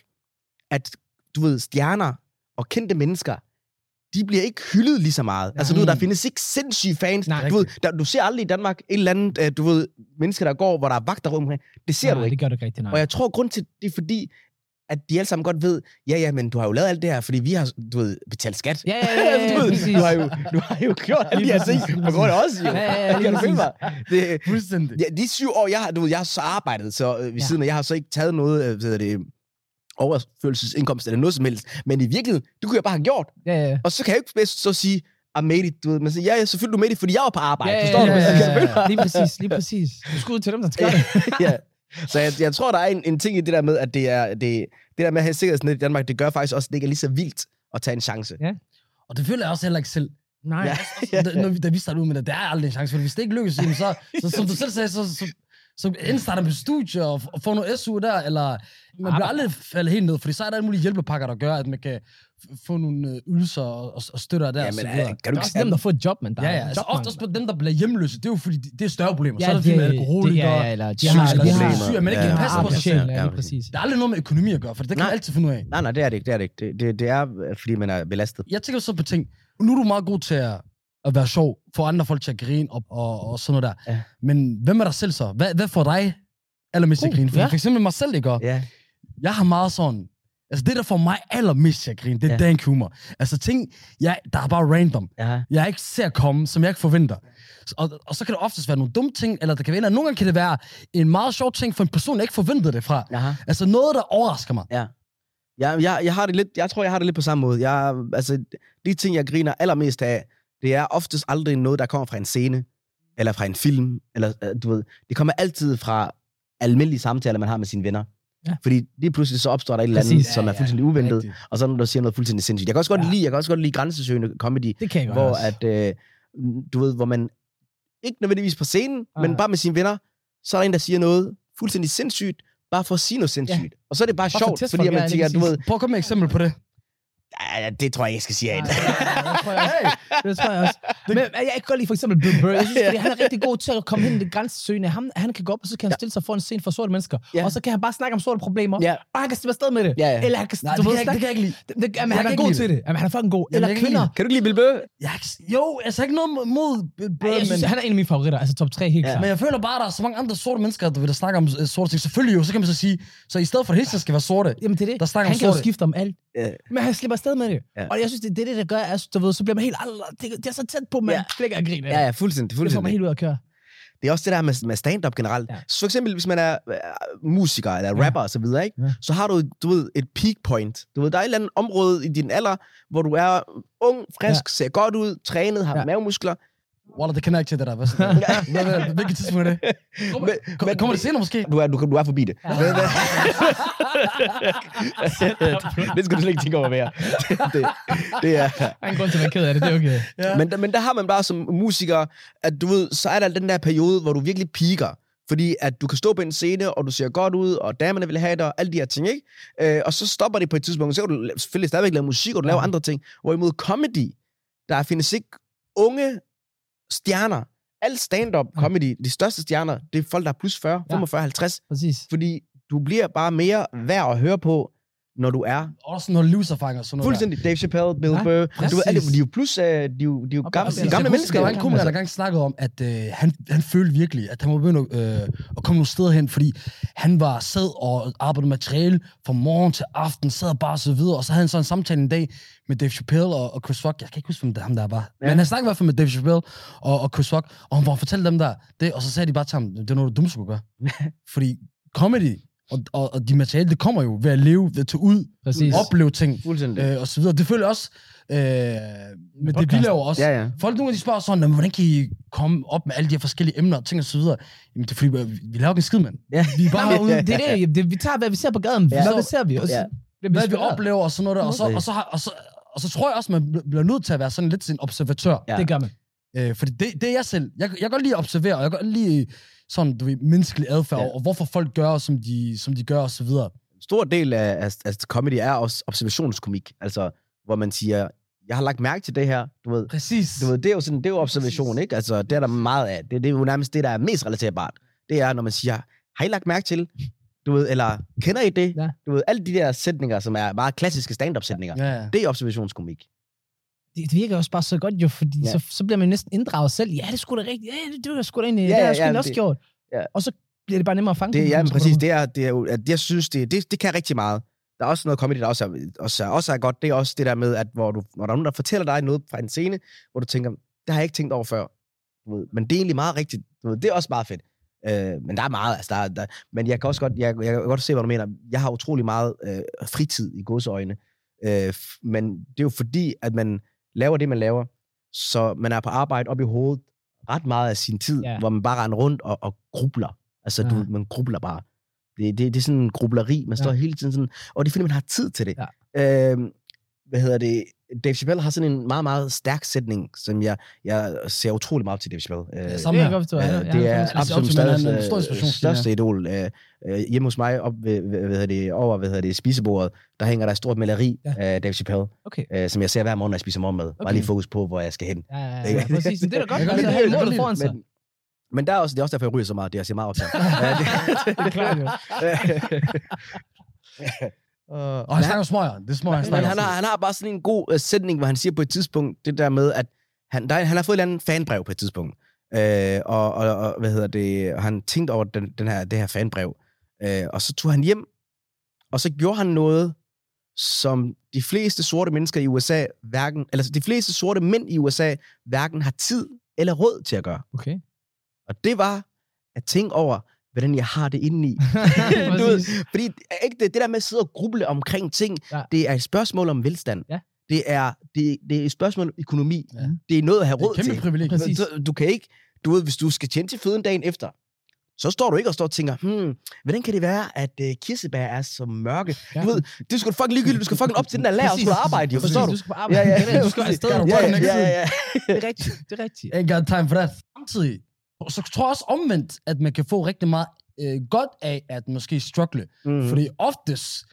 B: at du ved, stjerner og kendte mennesker, de bliver ikke hyldet lige så meget.
A: Nej.
B: Altså, du ved, der findes ikke sindssyge fans.
A: Nej.
B: Du, ved, der, du ser aldrig i Danmark et eller andet, øh, du ved, mennesker, der går, hvor der er vagter rundt omkring. Det ser
A: Nej,
B: du ikke.
A: Det gør du ikke rigtig, nej.
B: Og jeg tror, grund til det er fordi, at de alle sammen godt ved, ja, ja, men du har jo lavet alt det her, fordi vi har, du ved, betalt skat.
A: Ja, ja, ja, ja,
B: [laughs] du, ved,
A: præcis.
B: du, har jo, du har jo gjort alle de her ting,
A: Lige præcis,
B: på grund af os, jo.
A: Ja, ja, ja, lige
B: kan du følge mig? Det,
C: Fuldstændig.
B: ja, de syv år, jeg har, du ved, jeg har så arbejdet, så øh, ved
A: Ja.
B: siden af, jeg har så ikke taget noget, øh, hvad hedder det, overførselsindkomst eller noget som helst. Men i virkeligheden, det kunne jeg bare have gjort.
A: Ja, ja.
B: Og så kan jeg jo ikke bedst så sige, I made it, du ved. Man siger, ja, ja, selvfølgelig du made it, fordi jeg var på arbejde.
A: Ja, ja,
B: Forstår du?
A: ja,
B: Men så
A: ja,
B: kan du følge mig?
A: ja. Lige præcis, lige præcis. Du skal ud til dem, der skal gøre det.
B: ja. Så jeg, jeg tror, der er en, en ting i det der med, at det er det, det der med at have sikkerhedsnet i Danmark, det gør faktisk også, at det ikke er lige så vildt at tage en chance.
C: Og det føler jeg også heller ikke selv.
A: Nej,
B: Ja.
C: Da, når vi, da vi startede ud med det, der er aldrig en chance, for hvis det ikke lykkes, jamen så, så, som du selv sagde, så, så, så indstarter med studie og, og får noget SU der, eller man
B: Ah.
C: bliver
A: Arbejde.
C: aldrig faldet helt ned, fordi så er der alle mulige hjælpepakker, der gør, at man kan f- få nogle øh, ydelser og, og, og støtter der.
B: Ja,
C: og så
B: men øh,
C: videre.
B: kan
A: det
B: du
A: er
B: ikke
A: også nemt at få et job, men der
C: ja,
A: er
C: ja. Altså,
A: jobmangel.
C: ofte også på dem, der bliver hjemløse, det er jo fordi, de- det er større problemer.
A: Ja,
C: så er der
A: det-
C: fordi, man er
A: det-
C: alkoholiker,
A: ja, ja, eller de
C: psykisk
A: har- de
C: syg,
A: har-
C: syg, at man ikke
B: Ja,
C: kan
B: ja,
C: passe på sig
B: ja,
C: selv.
A: Ja,
B: ja,
A: lige præcis.
C: Der er aldrig noget med økonomi at gøre, for det kan
B: Nej.
C: man altid finde ud af.
B: Nej, nej, det er det ikke. Det er det ikke. Det, det, det er, øh, fordi man er belastet.
C: Jeg tænker så på ting. Nu er du meget god til at, at være sjov, få andre folk til at grine og, og, og sådan noget der.
B: Ja.
C: Men hvem er der selv så? Hvad, hvad får dig allermest til at
A: Uh,
C: grine? For,
A: ja.
C: for eksempel mig selv, ikke? Og
B: Ja.
C: Jeg har meget sådan... Altså det, der får mig allermest til at grine, det er ja.
B: Ja.
C: dank humor. Altså ting, jeg, der er bare random.
B: ja.
C: Jeg ikke ser komme, som jeg ikke forventer. Og, og så kan det oftest være nogle dumme ting, eller det kan være, eller nogle gange kan det være en meget sjov ting for en person, jeg ikke forventede det fra.
B: Aha.
C: Altså noget, der overrasker mig.
B: Jeg, jeg, jeg, har det lidt, jeg tror, jeg har det lidt på samme måde. Jeg, altså, de ting, jeg griner allermest af, det er oftest aldrig noget, der kommer fra en scene, eller fra en film, eller øh, du ved, det kommer altid fra almindelige samtaler, man har med sine venner.
A: Ja.
B: Fordi lige pludselig så opstår der et eller andet,
A: Præcis.
B: som er fuldstændig uventet,
C: Rigtigt.
B: og så er der nogen, der siger noget fuldstændig sindssygt. Jeg kan også godt
A: Ja.
B: ja. lide, jeg kan også godt lide grænsesøgende comedy,
A: Det kan jeg godt
B: hvor
A: også.
B: at, øh, du ved, hvor man ikke nødvendigvis på scenen,
A: Ja.
B: ja. men bare med sine venner, så er der en, der siger noget fuldstændig sindssygt, bare for at sige noget sindssygt. Ja. Og så er det bare,
A: for at
B: sjovt,
A: teste
B: fordi
A: folk, ja,
B: man
A: lige
B: tænker, du
A: præcis.
B: ved,
C: Prøv at komme med et eksempel på det.
B: ja, det tror jeg, jeg skal sige af.
A: Nej, det tror jeg også. Det tror jeg også. Men jeg kan godt lide for eksempel Bill Burr. Jeg synes, fordi han er rigtig god til at komme hen i det grænsesøgende. Han, han kan gå op, og så kan han stille sig foran en scene for sorte mennesker.
B: Ja.
A: Og så kan han bare snakke om sorte problemer.
B: Ja.
A: Og han kan slippe afsted med det.
B: Ja, ja.
A: Eller han kan,
C: Nej,
A: du
C: det, kan
A: ved,
C: jeg, ikke- det kan jeg ikke lide.
A: snakke- det, jamen,
C: jeg
A: han
C: kan
A: er
C: ikke
A: god
C: lide
A: til det. Jamen, han er fucking god.
C: Jamen,
A: Eller
C: jeg kan ikke
A: kvinder.
C: lide
B: Kan du ikke lide Bill Bøh?
C: Jeg har ikke, jo, altså jeg har ikke noget mod Bill Burr,
A: Ej, Jeg synes,
C: men,
A: han er en af mine favoritter. Altså top 3 helt
B: Ja.
A: klart.
C: men jeg føler bare, at der er så mange andre sorte mennesker, der vil der snakke om øh, sorte ting. Selvfølgelig jo, så kan man så sige, så i stedet for at hele tiden skal være sorte,
A: Jamen, det er det.
C: Der snakker
A: han
C: om
A: kan jo
C: sorte.
A: skifte om alt.
B: Ja.
A: Men han slipper afsted med det.
B: Ja.
A: Og jeg synes, det er det, der gør, at du ved, så bliver man helt... "Alla, Det, det er så tæt på, man
B: Ja.
A: klikker og griner.
B: Ja, ja, fuldstændig.
A: Det får
B: fuldstændig.
A: mig
B: Det,
A: helt ud at køre.
B: det er også det der med, med stand-up generelt.
A: Ja.
B: Ja. Så for eksempel, hvis man er øh, musiker eller
A: Ja.
B: rapper og så videre, ikke?
A: Ja.
B: så har du, du ved, et peak point. Du ved, der er et eller andet område i din alder, hvor du er ung, frisk, ja. ser godt ud, trænet, har
A: Ja.
B: ja. mavemuskler.
C: Wallah, det kender jeg ikke til det der. Hvad sådan,
A: [laughs]
C: hvad, hvad, hvilket tidspunkt er det?
B: Men,
C: Kom,
B: men,
C: kommer det senere måske?
B: du, er, du, du er forbi det.
A: Ja.
B: Men- men- det skal du slet ikke tænke over mere. det, [laughs] det, det er...
A: Der er en grund til at være ked af det, det er okay.
C: Ja.
B: Men, men der har man bare som musiker, at du ved, så er der den der periode, hvor du virkelig piker. Fordi at du kan stå på en scene, og du ser godt ud, og damerne vil have dig, og alle de her ting, ikke? Øh, og så stopper det på et tidspunkt, så kan du la- selvfølgelig stadigvæk lave musik, og du laver
A: Ja.
B: andre ting. Hvorimod comedy, der findes ikke unge stjerner. Alt stand-up
A: Ja.
B: comedy, de største stjerner, det er folk, der er plus 40,
A: Ja.
B: 45, 50.
A: Præcis.
B: Mm. Fordi du bliver bare mere værd at høre på, når du er.
C: Også når loser fanger sådan noget
B: Fuldstændig Dave Chappelle, Bill
A: Ja,
B: Burr. Du ved, alle-
A: præcis.
B: de er jo plus, øh, de er jo, de er jo
A: Op-
B: gamle,
A: op-
B: de er gamle
A: op-
B: mennesker.
C: Der var
A: op-
C: en komiker, der
A: Altså-
C: gang snakkede om, at øh, han, han følte virkelig, at han var begyndt at, øh, at komme nogle steder hen, fordi han var sad og arbejdede med materiale fra morgen til aften, sad og bare så videre, og så havde han så en samtale en dag med Dave Chappelle og, og Chris Rock. Jeg kan ikke huske, hvem det ham der var. Ja. Men han snakkede i hvert fald med Dave Chappelle og, og Chris Rock, og han var fortalte dem der det, og så sagde de bare til ham, det er noget, du dumt skulle gøre. fordi comedy og, og, og de materiale, det kommer jo ved at leve, ved at tage ud,
A: Præcis.
C: opleve ting
B: Fuldstændig.
C: øh, og så videre. Det føler jeg også, øh, men det vi
A: Podcasten.
C: laver også.
B: Ja, ja.
C: Folk nogle gange de spørger sådan, "Nå, men hvordan kan I komme op med alle de her forskellige emner og ting og så videre? Jamen det er fordi, vi- vi laver ikke en skid, mand.
B: Ja.
C: Vi er bare ude,
A: det er det, det. Vi tager, hvad vi ser på gaden.
B: Ja.
A: Ja. Hvad ser vi? Og så
B: Ja.
A: bliver vi
C: hvad vi
A: inspireret.
C: oplever og sådan noget der. Og så, og så, har- og så, og så tror jeg også, man bl- bliver nødt til at være sådan lidt sådan en observatør.
B: Ja.
A: Det gør man.
C: Øh, fordi det, det er jeg selv. Jeg, jeg kan godt lide at observere, og jeg kan godt lide sådan, du ved, menneskelig adfærd,
B: Ja.
C: ja. og hvorfor folk gør, som de, som de gør, og så videre.
B: stor del af, af, af comedy er også observationskomik, altså hvor man siger, jeg har lagt mærke til det her, du ved.
A: Præcis.
B: Du ved, det er jo sådan, det er jo observation,
A: Præcis.
B: ikke? Altså, det er der meget af. Det, det er jo nærmest det, der er mest relaterbart. Det er, når man siger, har I lagt mærke til, du ved, eller kender I det?
A: Ja.
B: Du ved, alle de der sætninger, som er meget klassiske stand-up-sætninger,
C: Ja, ja.
B: det er observationskomik.
A: Det, det virker også bare så godt jo, fordi
B: Ja.
A: ja. så, så bliver man næsten inddraget selv. Ja, det skulle da rigtigt. Ja, det, det var sgu da egentlig.
B: Ja,
A: Ja, det har jeg
B: ja,
A: sgu egentlig
B: men
A: også
B: det-
A: gjort.
B: ja.
A: Og så bliver det bare nemmere at fange.
B: Det,
A: den,
B: ja, men
A: på en
B: præcis,
A: måde.
B: det er, det er jo, at jeg synes, det, det, det kan rigtig meget. Der er også noget comedy, der også er, også, er, også er godt. Det er også det der med, at hvor, du, når der er nogen, der fortæller dig noget fra en scene, hvor du tænker, det har jeg ikke tænkt over før. Du ved, men det er egentlig meget rigtigt. Du ved, det er også meget fedt. Øh, men der er meget, altså der, er- der, men jeg kan også godt, jeg, jeg kan godt se, hvad du mener. Jeg har utrolig meget øh, fritid i godsøjne. Øh, f- men det er jo fordi, at man laver det, man laver, så man er på arbejde op i hovedet ret meget af sin tid,
A: Ja.
B: hvor man bare render rundt og, og grubler. Altså, ja. du,
A: Ja.
B: man grubler bare. Det, det, det er sådan en grubleri. Man
A: Ja.
B: står hele tiden sådan, og det er fordi, man har tid til det. Ja. Øhm, hvad hedder det? Dave Chappelle har sådan en meget, meget stærk sætning, som jeg, jeg ser utrolig meget op til Dave Chappelle. Øh,
C: Ja,
A: Det
C: samme
A: kan jeg
C: her.
A: godt forstå.
B: Ja,
A: Ja,
B: det er
C: ser op
B: absolut
C: til, man er en
B: stadig
C: stor
B: stor
C: inspirationskilde,
B: største idol. Øh, øh, hjemme hos mig, op ved, ved, hvad hedder det, over hvad hedder det, spisebordet, der hænger der et stort maleri
A: Ja.
B: af Dave Chappelle,
A: Okay.
B: øh, som jeg ser hver morgen, når jeg spiser morgenmad. Okay. Bare lige fokus på, hvor jeg skal hen.
A: Ja, ja,
B: Ikke?
A: ja, præcis. Men det er da godt,
C: Jeg
A: at man
C: kan godt
A: har
C: lide
A: målet
C: det,
A: foran sig.
B: Men, men der er også, det er også derfor, jeg ryger så meget. Det er, jeg ser meget op til. ham. Ja, Øh, det-
A: Det er klart jo.
C: Og han snakker smøger. Det er smøger, han
B: Men
C: snakker.
B: han
C: [laughs]
B: har, [laughs] han har bare sådan en god øh, sætning, hvor han siger på et tidspunkt det der med, at han, der, er- han har fået et eller andet fanbrev på et tidspunkt. Øh, og, og, og, hvad hedder det, og han tænkte over den, den her, det her fanbrev. Øh, og så tog han hjem, og så gjorde han noget, som de fleste sorte mennesker i USA hverken, eller de fleste sorte mænd i USA hverken har tid eller råd til at gøre.
A: Okay.
B: Og det var at tænke over, hvordan jeg har det indeni. Du ved,
A: Præcis.
B: Fordi ikke det, det der med at sidde og gruble omkring ting, ja.
A: Ja.
B: det er et spørgsmål om velstand.
A: Ja.
B: Det, er, det, det er et spørgsmål om økonomi. Ja.
C: Ja.
B: Det er noget at have
C: Det er et
B: råd
C: kæmpe
B: til.
C: privilegie.
A: Præcis.
B: Du, du kan ikke, du ved, hvis du skal tjene til føden dagen efter, så står du ikke og står og tænker, hmm, hvordan kan det være, at uh, kirsebær er så mørke? Ja.
A: Ja.
B: Du ved, det skal du fucking ligegyldigt, du skal fucking op til den der lager og
A: Præcis.
B: skulle arbejde, jo,
A: Præcis,
B: forstår du?
A: Du skal på arbejde. Det er det, Du skal afsted.
C: du
B: ja,
C: gør den
B: ja,
C: ikke
B: ja,
C: siden.
B: ja,
A: Det er rigtigt. Det er rigtigt.
C: Ain't got time for that. Samtidig, så tror jeg også omvendt, at man kan få rigtig meget øh, godt af at måske struggle. Mm.
B: Mm.
C: Fordi oftest,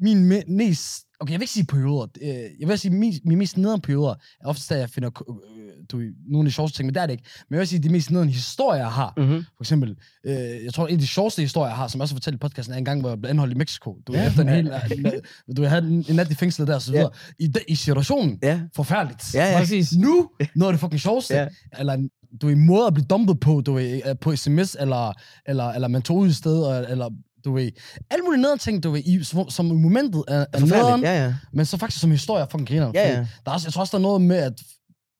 C: min me- mest... Okay, jeg vil ikke sige perioder. Øh, jeg vil sige, min, min mest nederen perioder er oftest, at jeg finder øh, du, ved, nogle af de sjoveste ting, men det er det ikke. Men jeg vil sige, de mest nederen historier, jeg har,
B: Mm-hmm.
C: for eksempel, øh, jeg tror, en af de sjoveste historier, jeg har, som jeg også fortalte i podcasten, er en gang, hvor jeg blev anholdt i Mexico. Du, ja, efter en hel, øh, du jeg havde en, en nat i fængslet der, og så
B: Ja.
C: videre. I, de- I situationen,
B: Ja,
C: forfærdeligt.
B: ja, ja.
A: Præcis.
C: Nu, noget af det fucking sjoveste,
B: [laughs] Ja.
C: yeah. eller en- du er i måde at blive dumpet på, du er øh, på sms, eller, eller, eller man tog ud et sted, og- eller du ved, alle mulige nedre ting, du ved, i, som, som i momentet er, er nederen,
B: Forfærdeligt. Ja, ja.
C: men så faktisk som historie er fucking griner.
B: Ja, ja.
C: Der er også, jeg tror også, der er noget med, at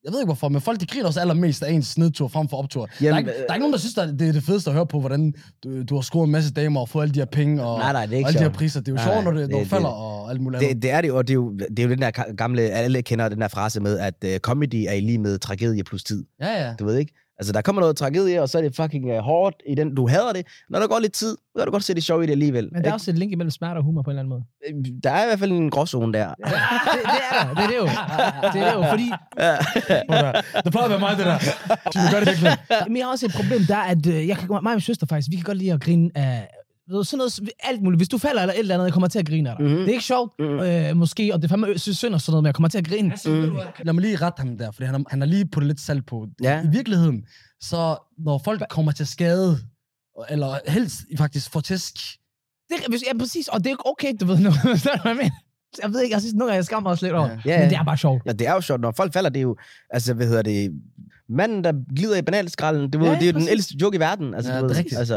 C: jeg ved ikke hvorfor, men folk de griner også allermest af ens nedtur frem for optur. Jamen, der, er
B: Jamen,
C: ikke, der
B: øh,
C: er ikke nogen, der synes, at det er det fedeste at høre på, hvordan du, du har scoret en masse damer og fået alle de her penge og,
B: Nej, nej, det er
C: og
B: ikke
C: alle de her
B: sjovt.
C: priser. Det er jo
B: Nej,
C: sjovt,
B: nej,
C: når det, når
B: det-
C: det,
B: det-
C: falder og alt muligt andet.
B: Det, det er det jo, og det er jo, det er jo den der ka- gamle, alle kender den der frase med, at uh, comedy er i lige med tragedie plus tid.
C: Ja, ja.
B: Du ved ikke? Altså, der kommer noget tragedie, og så er det fucking uh, hårdt i den, du hader det. Når der går lidt tid, så kan du godt se det sjove i det alligevel.
A: Men der er også et link imellem smerte og humor på en eller anden måde.
B: Ikke? der er i hvert fald en gråzone der.
A: Det, det er der. Det er det jo. Det er det jo, fordi
C: Det plejer at være mig, det
B: [laughs]
C: der. Du gør det virkelig.
A: Men jeg har også et problem, der er, at øh, jeg kan, mig og min søster faktisk, vi kan godt lide at grine af ved du, sådan noget, alt muligt. Hvis du falder eller et eller andet, jeg kommer til at grine af dig.
B: Mhm.
A: Mm-hmm. Det er ikke sjovt,
B: Mhm.
A: øh, måske, og det er fandme ø- synd og sådan noget, men jeg kommer til at grine.
C: Lad mig lige rette ham der, for han, har- han har lige puttet lidt salt på.
B: Ja.
C: I virkeligheden, så når folk kommer til skade, eller helst faktisk får tæsk
A: Det, hvis, ja, præcis. Og det er okay, du ved nu. Forstår du, hvad jeg mener? jeg ved ikke, jeg synes nogle gange, jeg skammer mig også lidt over.
C: Ja.
A: Ja.
B: Ja,
A: Men
B: ja.
A: det er bare sjovt.
B: Ja, det er jo sjovt, når folk falder, det er jo, altså, hvad hedder det, manden, der glider i banalskralden, det, ja,
A: Ja,
B: det er jo den
A: præcis.
B: ældste joke i verden. Altså,
C: Ja,
B: du
C: det
B: ved,
C: er rigtigt.
B: Altså,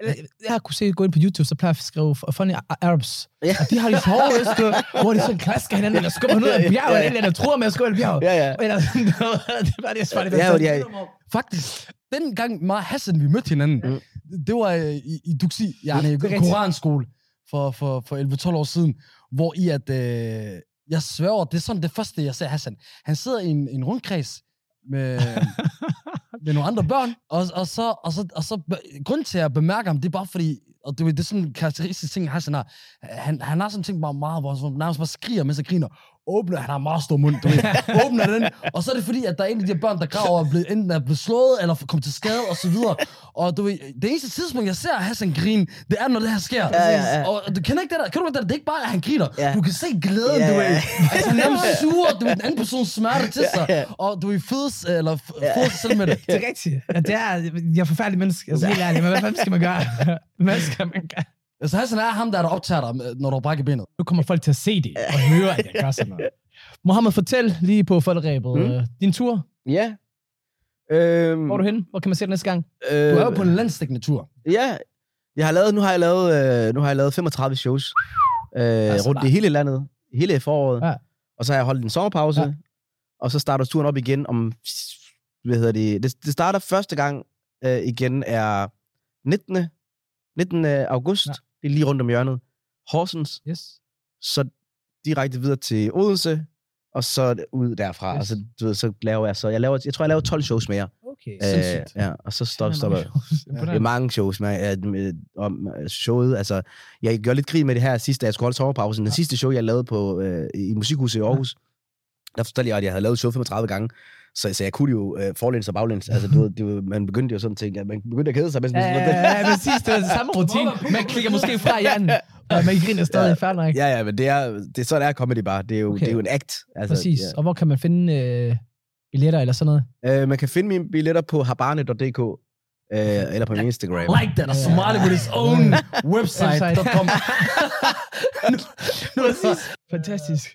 A: Eller, Øh, Jeg har kunnet se, gå ind på YouTube, så plejer jeg at skrive f- funny A- Arabs.
B: Ja.
A: Ja. Og de har de sjove øste, hvor de sådan klasker hinanden, eller skubber hinanden ud af bjerget,
B: Ja, ja.
A: eller eller andet, tror med at skubbe et bjerg.
B: ja, ja.
A: Eller sådan noget. [laughs] Det var det, jeg svarede.
B: Ja, jo, de er-
C: Faktisk, den gang mig og Hassan, vi mødte hinanden,
B: Mm.
C: mm. det var øh, i, i Duxi, ja,
A: det er
C: i
A: rigtigt.
C: koranskole for, for, for 11-12 år siden, hvor i at, øh, jeg sværger, det er sådan det første, jeg ser Hassan. Han sidder i en, en rundkreds med, med nogle andre børn, og, og så, og så, og så be- grunden til, at jeg bemærker ham, det er bare fordi, og det, er- det er sådan en karakteristisk ting, Hassan har. Han, han har sådan en ting bare meget, hvor han nærmest bare skriger, mens han griner. Åbner, han har meget stor mund, du ved. Åbner den, og så er det fordi, at der er en af de her børn, der graver, og er blevet, enten er blevet slået, eller kommet til skade, og så videre. Og du ved, det eneste tidspunkt, jeg ser Hassan grine, det er, når det her sker.
B: Ja, ja, ja.
C: Og du kender ikke det der, kan du ikke det der? Det er ikke bare, at han griner.
B: Ja.
C: Du kan se glæden,
B: Ja,
C: du ved.
B: ja.
C: Altså, han er nærmest suger, du ved, den anden persons smerte til sig.
B: Ja, ja.
C: Og du er fedes, eller f- fedes selv med
B: [laughs]
C: det.
A: Det er rigtigt. Ja, det er, jeg er forfærdelig menneske. Altså, helt ærligt. Men hvad fanden skal man gøre? [laughs] Hvad skal man gøre?
C: Altså Hassan er ham, der, er der optager dig, øh, når du har brækket benet.
A: Nu kommer folk til at se det og høre, at jeg gør sådan noget. Mohammed, fortæl lige på folkerebet.
B: Mm.
A: Mm. Din tur.
B: Ja. Øhm,
A: Hvor er du henne? Hvor kan man se det næste gang?
B: øh,
C: Du er jo på en landstækkende tur.
B: Ja, jeg har lavet, nu har jeg lavet, øh, nu har jeg lavet 35 shows øh, altså, rundt
A: bare-
B: i hele landet, hele foråret.
A: Ja.
B: Ja. Og så har jeg holdt en sommerpause,
A: Ja.
B: ja. og så starter turen op igen om, hvad hedder det, det, det starter første gang øh, igen er 19. 19. august,
A: Ja.
B: ja. det er lige rundt om hjørnet, Horsens,
A: Yes.
B: så direkte videre til Odense, og så ud derfra.
A: Yes.
B: Yes. Og så, du ved, så laver jeg så, jeg, laver, jeg tror, jeg laver 12 shows mere.
A: Okay.
B: Øh,
C: Sindssygt.
B: ja, og så stopper, stopper, det er
A: Imponerende.
B: mange shows med, at, med, om øh, showet. Altså, jeg gør lidt krig med det her sidste, da jeg skulle holde sommerpausen. Den sidste show, jeg lavede på, øh, i Musikhuset i Aarhus, der fortalte jeg, at jeg havde lavet show 35 gange. Så, så jeg kunne jo øh, forlæns og baglæns. Altså, du ved, det, var- man begyndte jo sådan ting. at Man begyndte at kede sig. Mens man,
A: Ja, ja, ja, ja, præcis. Det er den samme rutine. Man klikker måske fra i anden, og man griner stadig ja. færdig.
B: [laughs] ja, ja, men det er, det, er sådan er comedy bare. Det er jo,
A: Okay.
B: okay. det er jo en act. Altså,
A: Præcis. Og hvor kan man finde øh, billetter eller sådan noget?
B: Ja. Øh, man kan finde mine billetter på habane.dk øh, eller på min Instagram.
C: Like that, a Somali with his own
B: Mm. [laughs]
C: website.com.
A: Præcis. Fantastisk.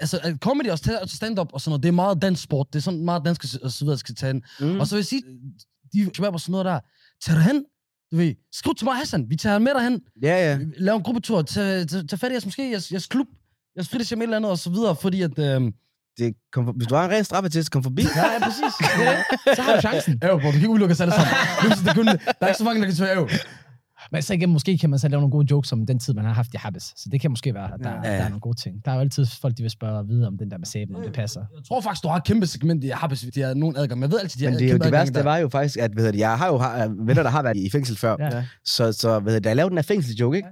C: altså, øh, comedy og sta- stand-up og sådan noget, det er meget dansk sport. Det er sådan meget dansk og så videre, jeg skal tage den.
B: Mm.
C: Og så vil jeg sige, øh, de shabab og sådan noget der, tag derhen, du ved, skriv til mig Hassan, vi tager ham med derhen,
B: Ja, ja.
C: lav en gruppetur, tag, tag, tag fat i jeres, måske jeres, jeres klub, jeres fritidshjem et eller andet og så videre, fordi at... Øh,
B: Det, kom, for- hvis du har en ren straffetest, kom forbi.
A: Ja, ja,
C: [laughs]
A: præcis. Det er det. Så har du chancen.
C: Æv, bro, du kan ikke udelukke os alle sammen. Det er jo sådan, det kun- der er ikke så mange, der kan tage æv.
A: Men så igen, måske kan man så lave nogle gode jokes om den tid, man har haft i Habes. Så det kan måske være, at der, ja.
C: Ja.
A: der er nogle gode ting. Der er jo altid folk, de vil spørge og vide om den der med sæben, om det passer.
C: Jeg tror faktisk, du har et kæmpe segment i Habes, hvis de har nogen adgang. Men jeg ved altid, Øh, de har
B: Men det, er jo,
C: kæmpe
B: det
C: adgang
B: værste
C: der.
B: var jo faktisk, at ved det, jeg har jo har, øh, venner, der har været i fængsel før.
A: Ja.
B: Ja. Så, så ved det, da jeg lavede den her fængselsjoke, ikke?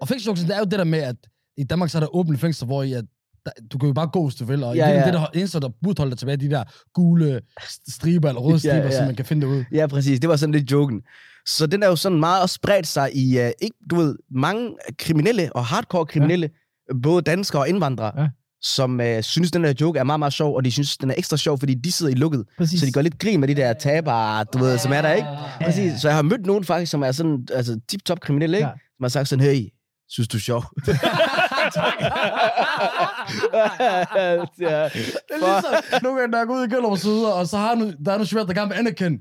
C: Og fængselsjoksen, det er jo det der med, at i Danmark så er der åbne fængsler, hvor I at der, du kan jo bare gå, hvis du vil. Og
B: Ja,
C: ja, ja.
B: ja.
C: det der eneste, der burde holde dig tilbage, de der gule st- striber eller røde
B: Ja,
C: striber, ja, ja.
B: ja.
C: så man kan finde det ud.
B: Ja, præcis. Det var sådan lidt joken. Så den er jo sådan meget også spredt sig i, uh, ikke, du ved, mange kriminelle og hardcore kriminelle, ja. både danskere og indvandrere,
A: Ja.
B: ja. som uh, synes, den der joke er meget, meget sjov, og de synes, den er ekstra sjov, fordi de sidder i lukket.
A: Præcis.
B: Så de gør lidt grin med de der tabere, du ved, som er der, ikke? Præcis. Så jeg har mødt nogen faktisk, som er sådan, altså tip-top kriminelle, ikke?
A: Ja.
B: Som har sagt sådan, hey, synes du er
A: [laughs]
B: sjov? ja.
C: Det er ligesom, nogle gange, når jeg går ud i Gøllup og så videre, og så har nu, der er nogle svært, der gerne vil Anakin.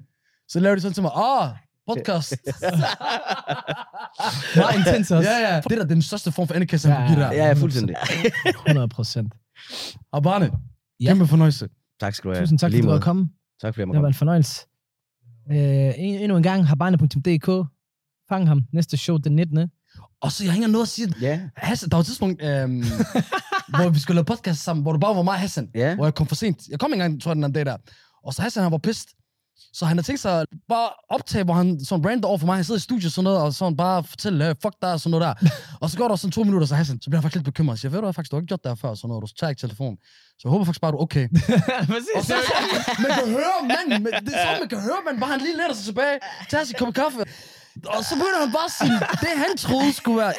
C: Så laver de sådan til mig, ah,
B: [laughs]
C: podcast.
A: Meget intens også.
C: ja, ja. Det der, det er den største form for Anakin, som
A: Ja,
C: ja, kan give dig.
B: Ja, ja, fuldstændig.
A: 100 procent.
C: Og barne,
A: Ja.
C: kæmpe fornøjelse.
B: Tak skal du have.
A: Tusind tak,
B: Lige
A: fordi du var
B: måde.
A: kommet.
B: Tak fordi
A: Det har
B: jeg måtte
A: været en fornøjelse. Øh, en- endnu en gang, habane.dk. Fang ham. Næste show den 19.
C: Og så jeg har ikke engang noget at sige,
B: komme. Ja,
C: Hassan, der var et tidspunkt, øhm, hvor vi skulle lave podcast sammen, hvor du bare var mig og Hassan.
B: ja.
C: hvor jeg kom for sent. Jeg kom ikke engang, tror jeg, den anden dag der. Og så Hassan, han var pissed. Så han havde tænkt sig at bare optage, hvor han sådan rant over for mig. Han sidder i studiet og sådan noget, og sådan bare fortæller, hey, fuck dig og sådan noget der. og så går der sådan to minutter, så Hassan, så bliver han faktisk lidt bekymret. Så jeg ved du hvad, faktisk, du har ikke gjort det her før, og sådan noget, og du tager ikke telefonen. Så jeg håber faktisk bare, du er okay.
A: Præcis.
C: Og så, [laughs] man kan høre manden, men det er sådan, man kan høre manden, bare han lige letter sig tilbage, tager sin kop kaffe. Og så begynder han bare at sige, det han troede skulle være...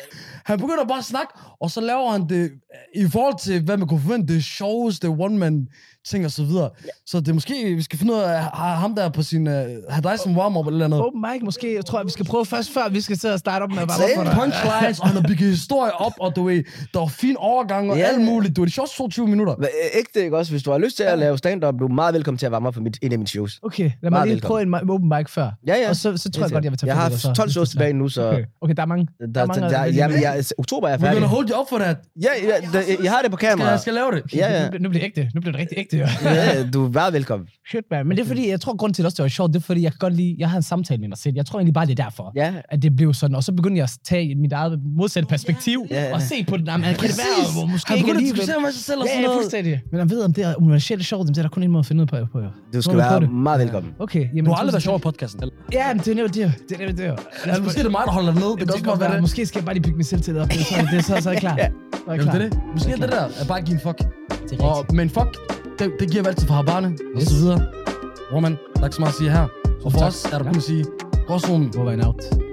C: Han begynder bare at snakke, og så laver han det, øh, i forhold til, hvad man kunne forvente, det sjoveste one-man-ting og så videre. Så det er måske, vi skal finde ud af, har ham der på sin, øh, har dig som warm-up eller noget.
A: Open mic måske. Jeg tror, at vi skal prøve først, før vi skal sidde og starte op med at varme
B: Sagde
A: op for dig.
C: punchlines, og han har bygget historie op, og du ved, der var fin overgang og
B: Ja.
C: yeah. alt muligt. Du var de sjoveste 22 minutter.
B: Hva- øh, Ægte, ikke også? Hvis du har lyst til at lave stand-up, du er meget velkommen til at være med på mit, en af mine shows.
A: Okay, lad mig
B: Meget
A: lige
B: velkommen.
A: prøve en mi- open mic før.
B: Ja, ja.
A: Og så, så tror jeg godt, jeg vil tage
B: jeg
A: fat i
B: har
A: dig så.
B: 12 shows tilbage nu, så...
A: Okay. okay, der er mange.
B: Der,
A: er
B: der,
A: mange,
B: der,
A: der er lidt
B: jamen,
A: imellem.
B: jeg, oktober er jeg
C: We're
B: færdig.
C: gonna hold you up for that.
B: Ja, ja, der- jeg har det på
C: Skal,
B: kamera.
C: jeg skal lave det.
B: Ja, ja.
A: Nu, bliver- nu bliver det ægte. Nu bliver det rigtig ægte. jo.
B: Ja, du er meget velkommen.
A: Shit, man. Men det er fordi, jeg tror, grund til også, det var sjovt, det er fordi, jeg kan godt lide, jeg havde en samtale med mig selv. Jeg tror egentlig bare, det er derfor.
B: Ja,
A: at det blev sådan, og så begyndte jeg at tage mit eget modsatte perspektiv,
B: Ja, ja.
A: og se på den, jamen, kan det være, hvor måske
C: Han
A: ikke
C: begynder at
A: alligevel.
C: diskutere med sig selv og
A: Ja,
C: sådan
A: ja,
C: noget.
A: fuldstændig. Men han ved, om det er universelt sjovt, jamen, det er der kun en måde at finde ud på. på.
B: du skal
A: Må vi
B: være
A: prøve
B: meget velkommen.
A: Okay, jamen,
C: Du har aldrig
A: tusind
C: været sjov i podcasten. Eller,
A: tak. Ja, men det er nemlig det. Det er nemlig det. Lad os
C: altså, måske er det mig, der holder dig ned. Det
A: det
C: kan
A: kan
C: også
A: godt
C: bare være
A: være.
C: det.
A: Måske skal jeg bare lige bygge mig selv til det op. Det er så, det er så, så er jeg klar. Så er jeg
C: Jamen,
A: klar.
C: det er det. Måske er det der, at bare give en fuck.
A: Det er
C: Og,
A: rigtigt.
C: men fuck, det, det giver vi altid for Habane og så
A: Yes.
C: videre. Roman, der er ikke så meget at sige her. Og for
A: Tak.
C: os er der
A: Ja.
C: kun at sige, Gråzonen,
A: Over and out.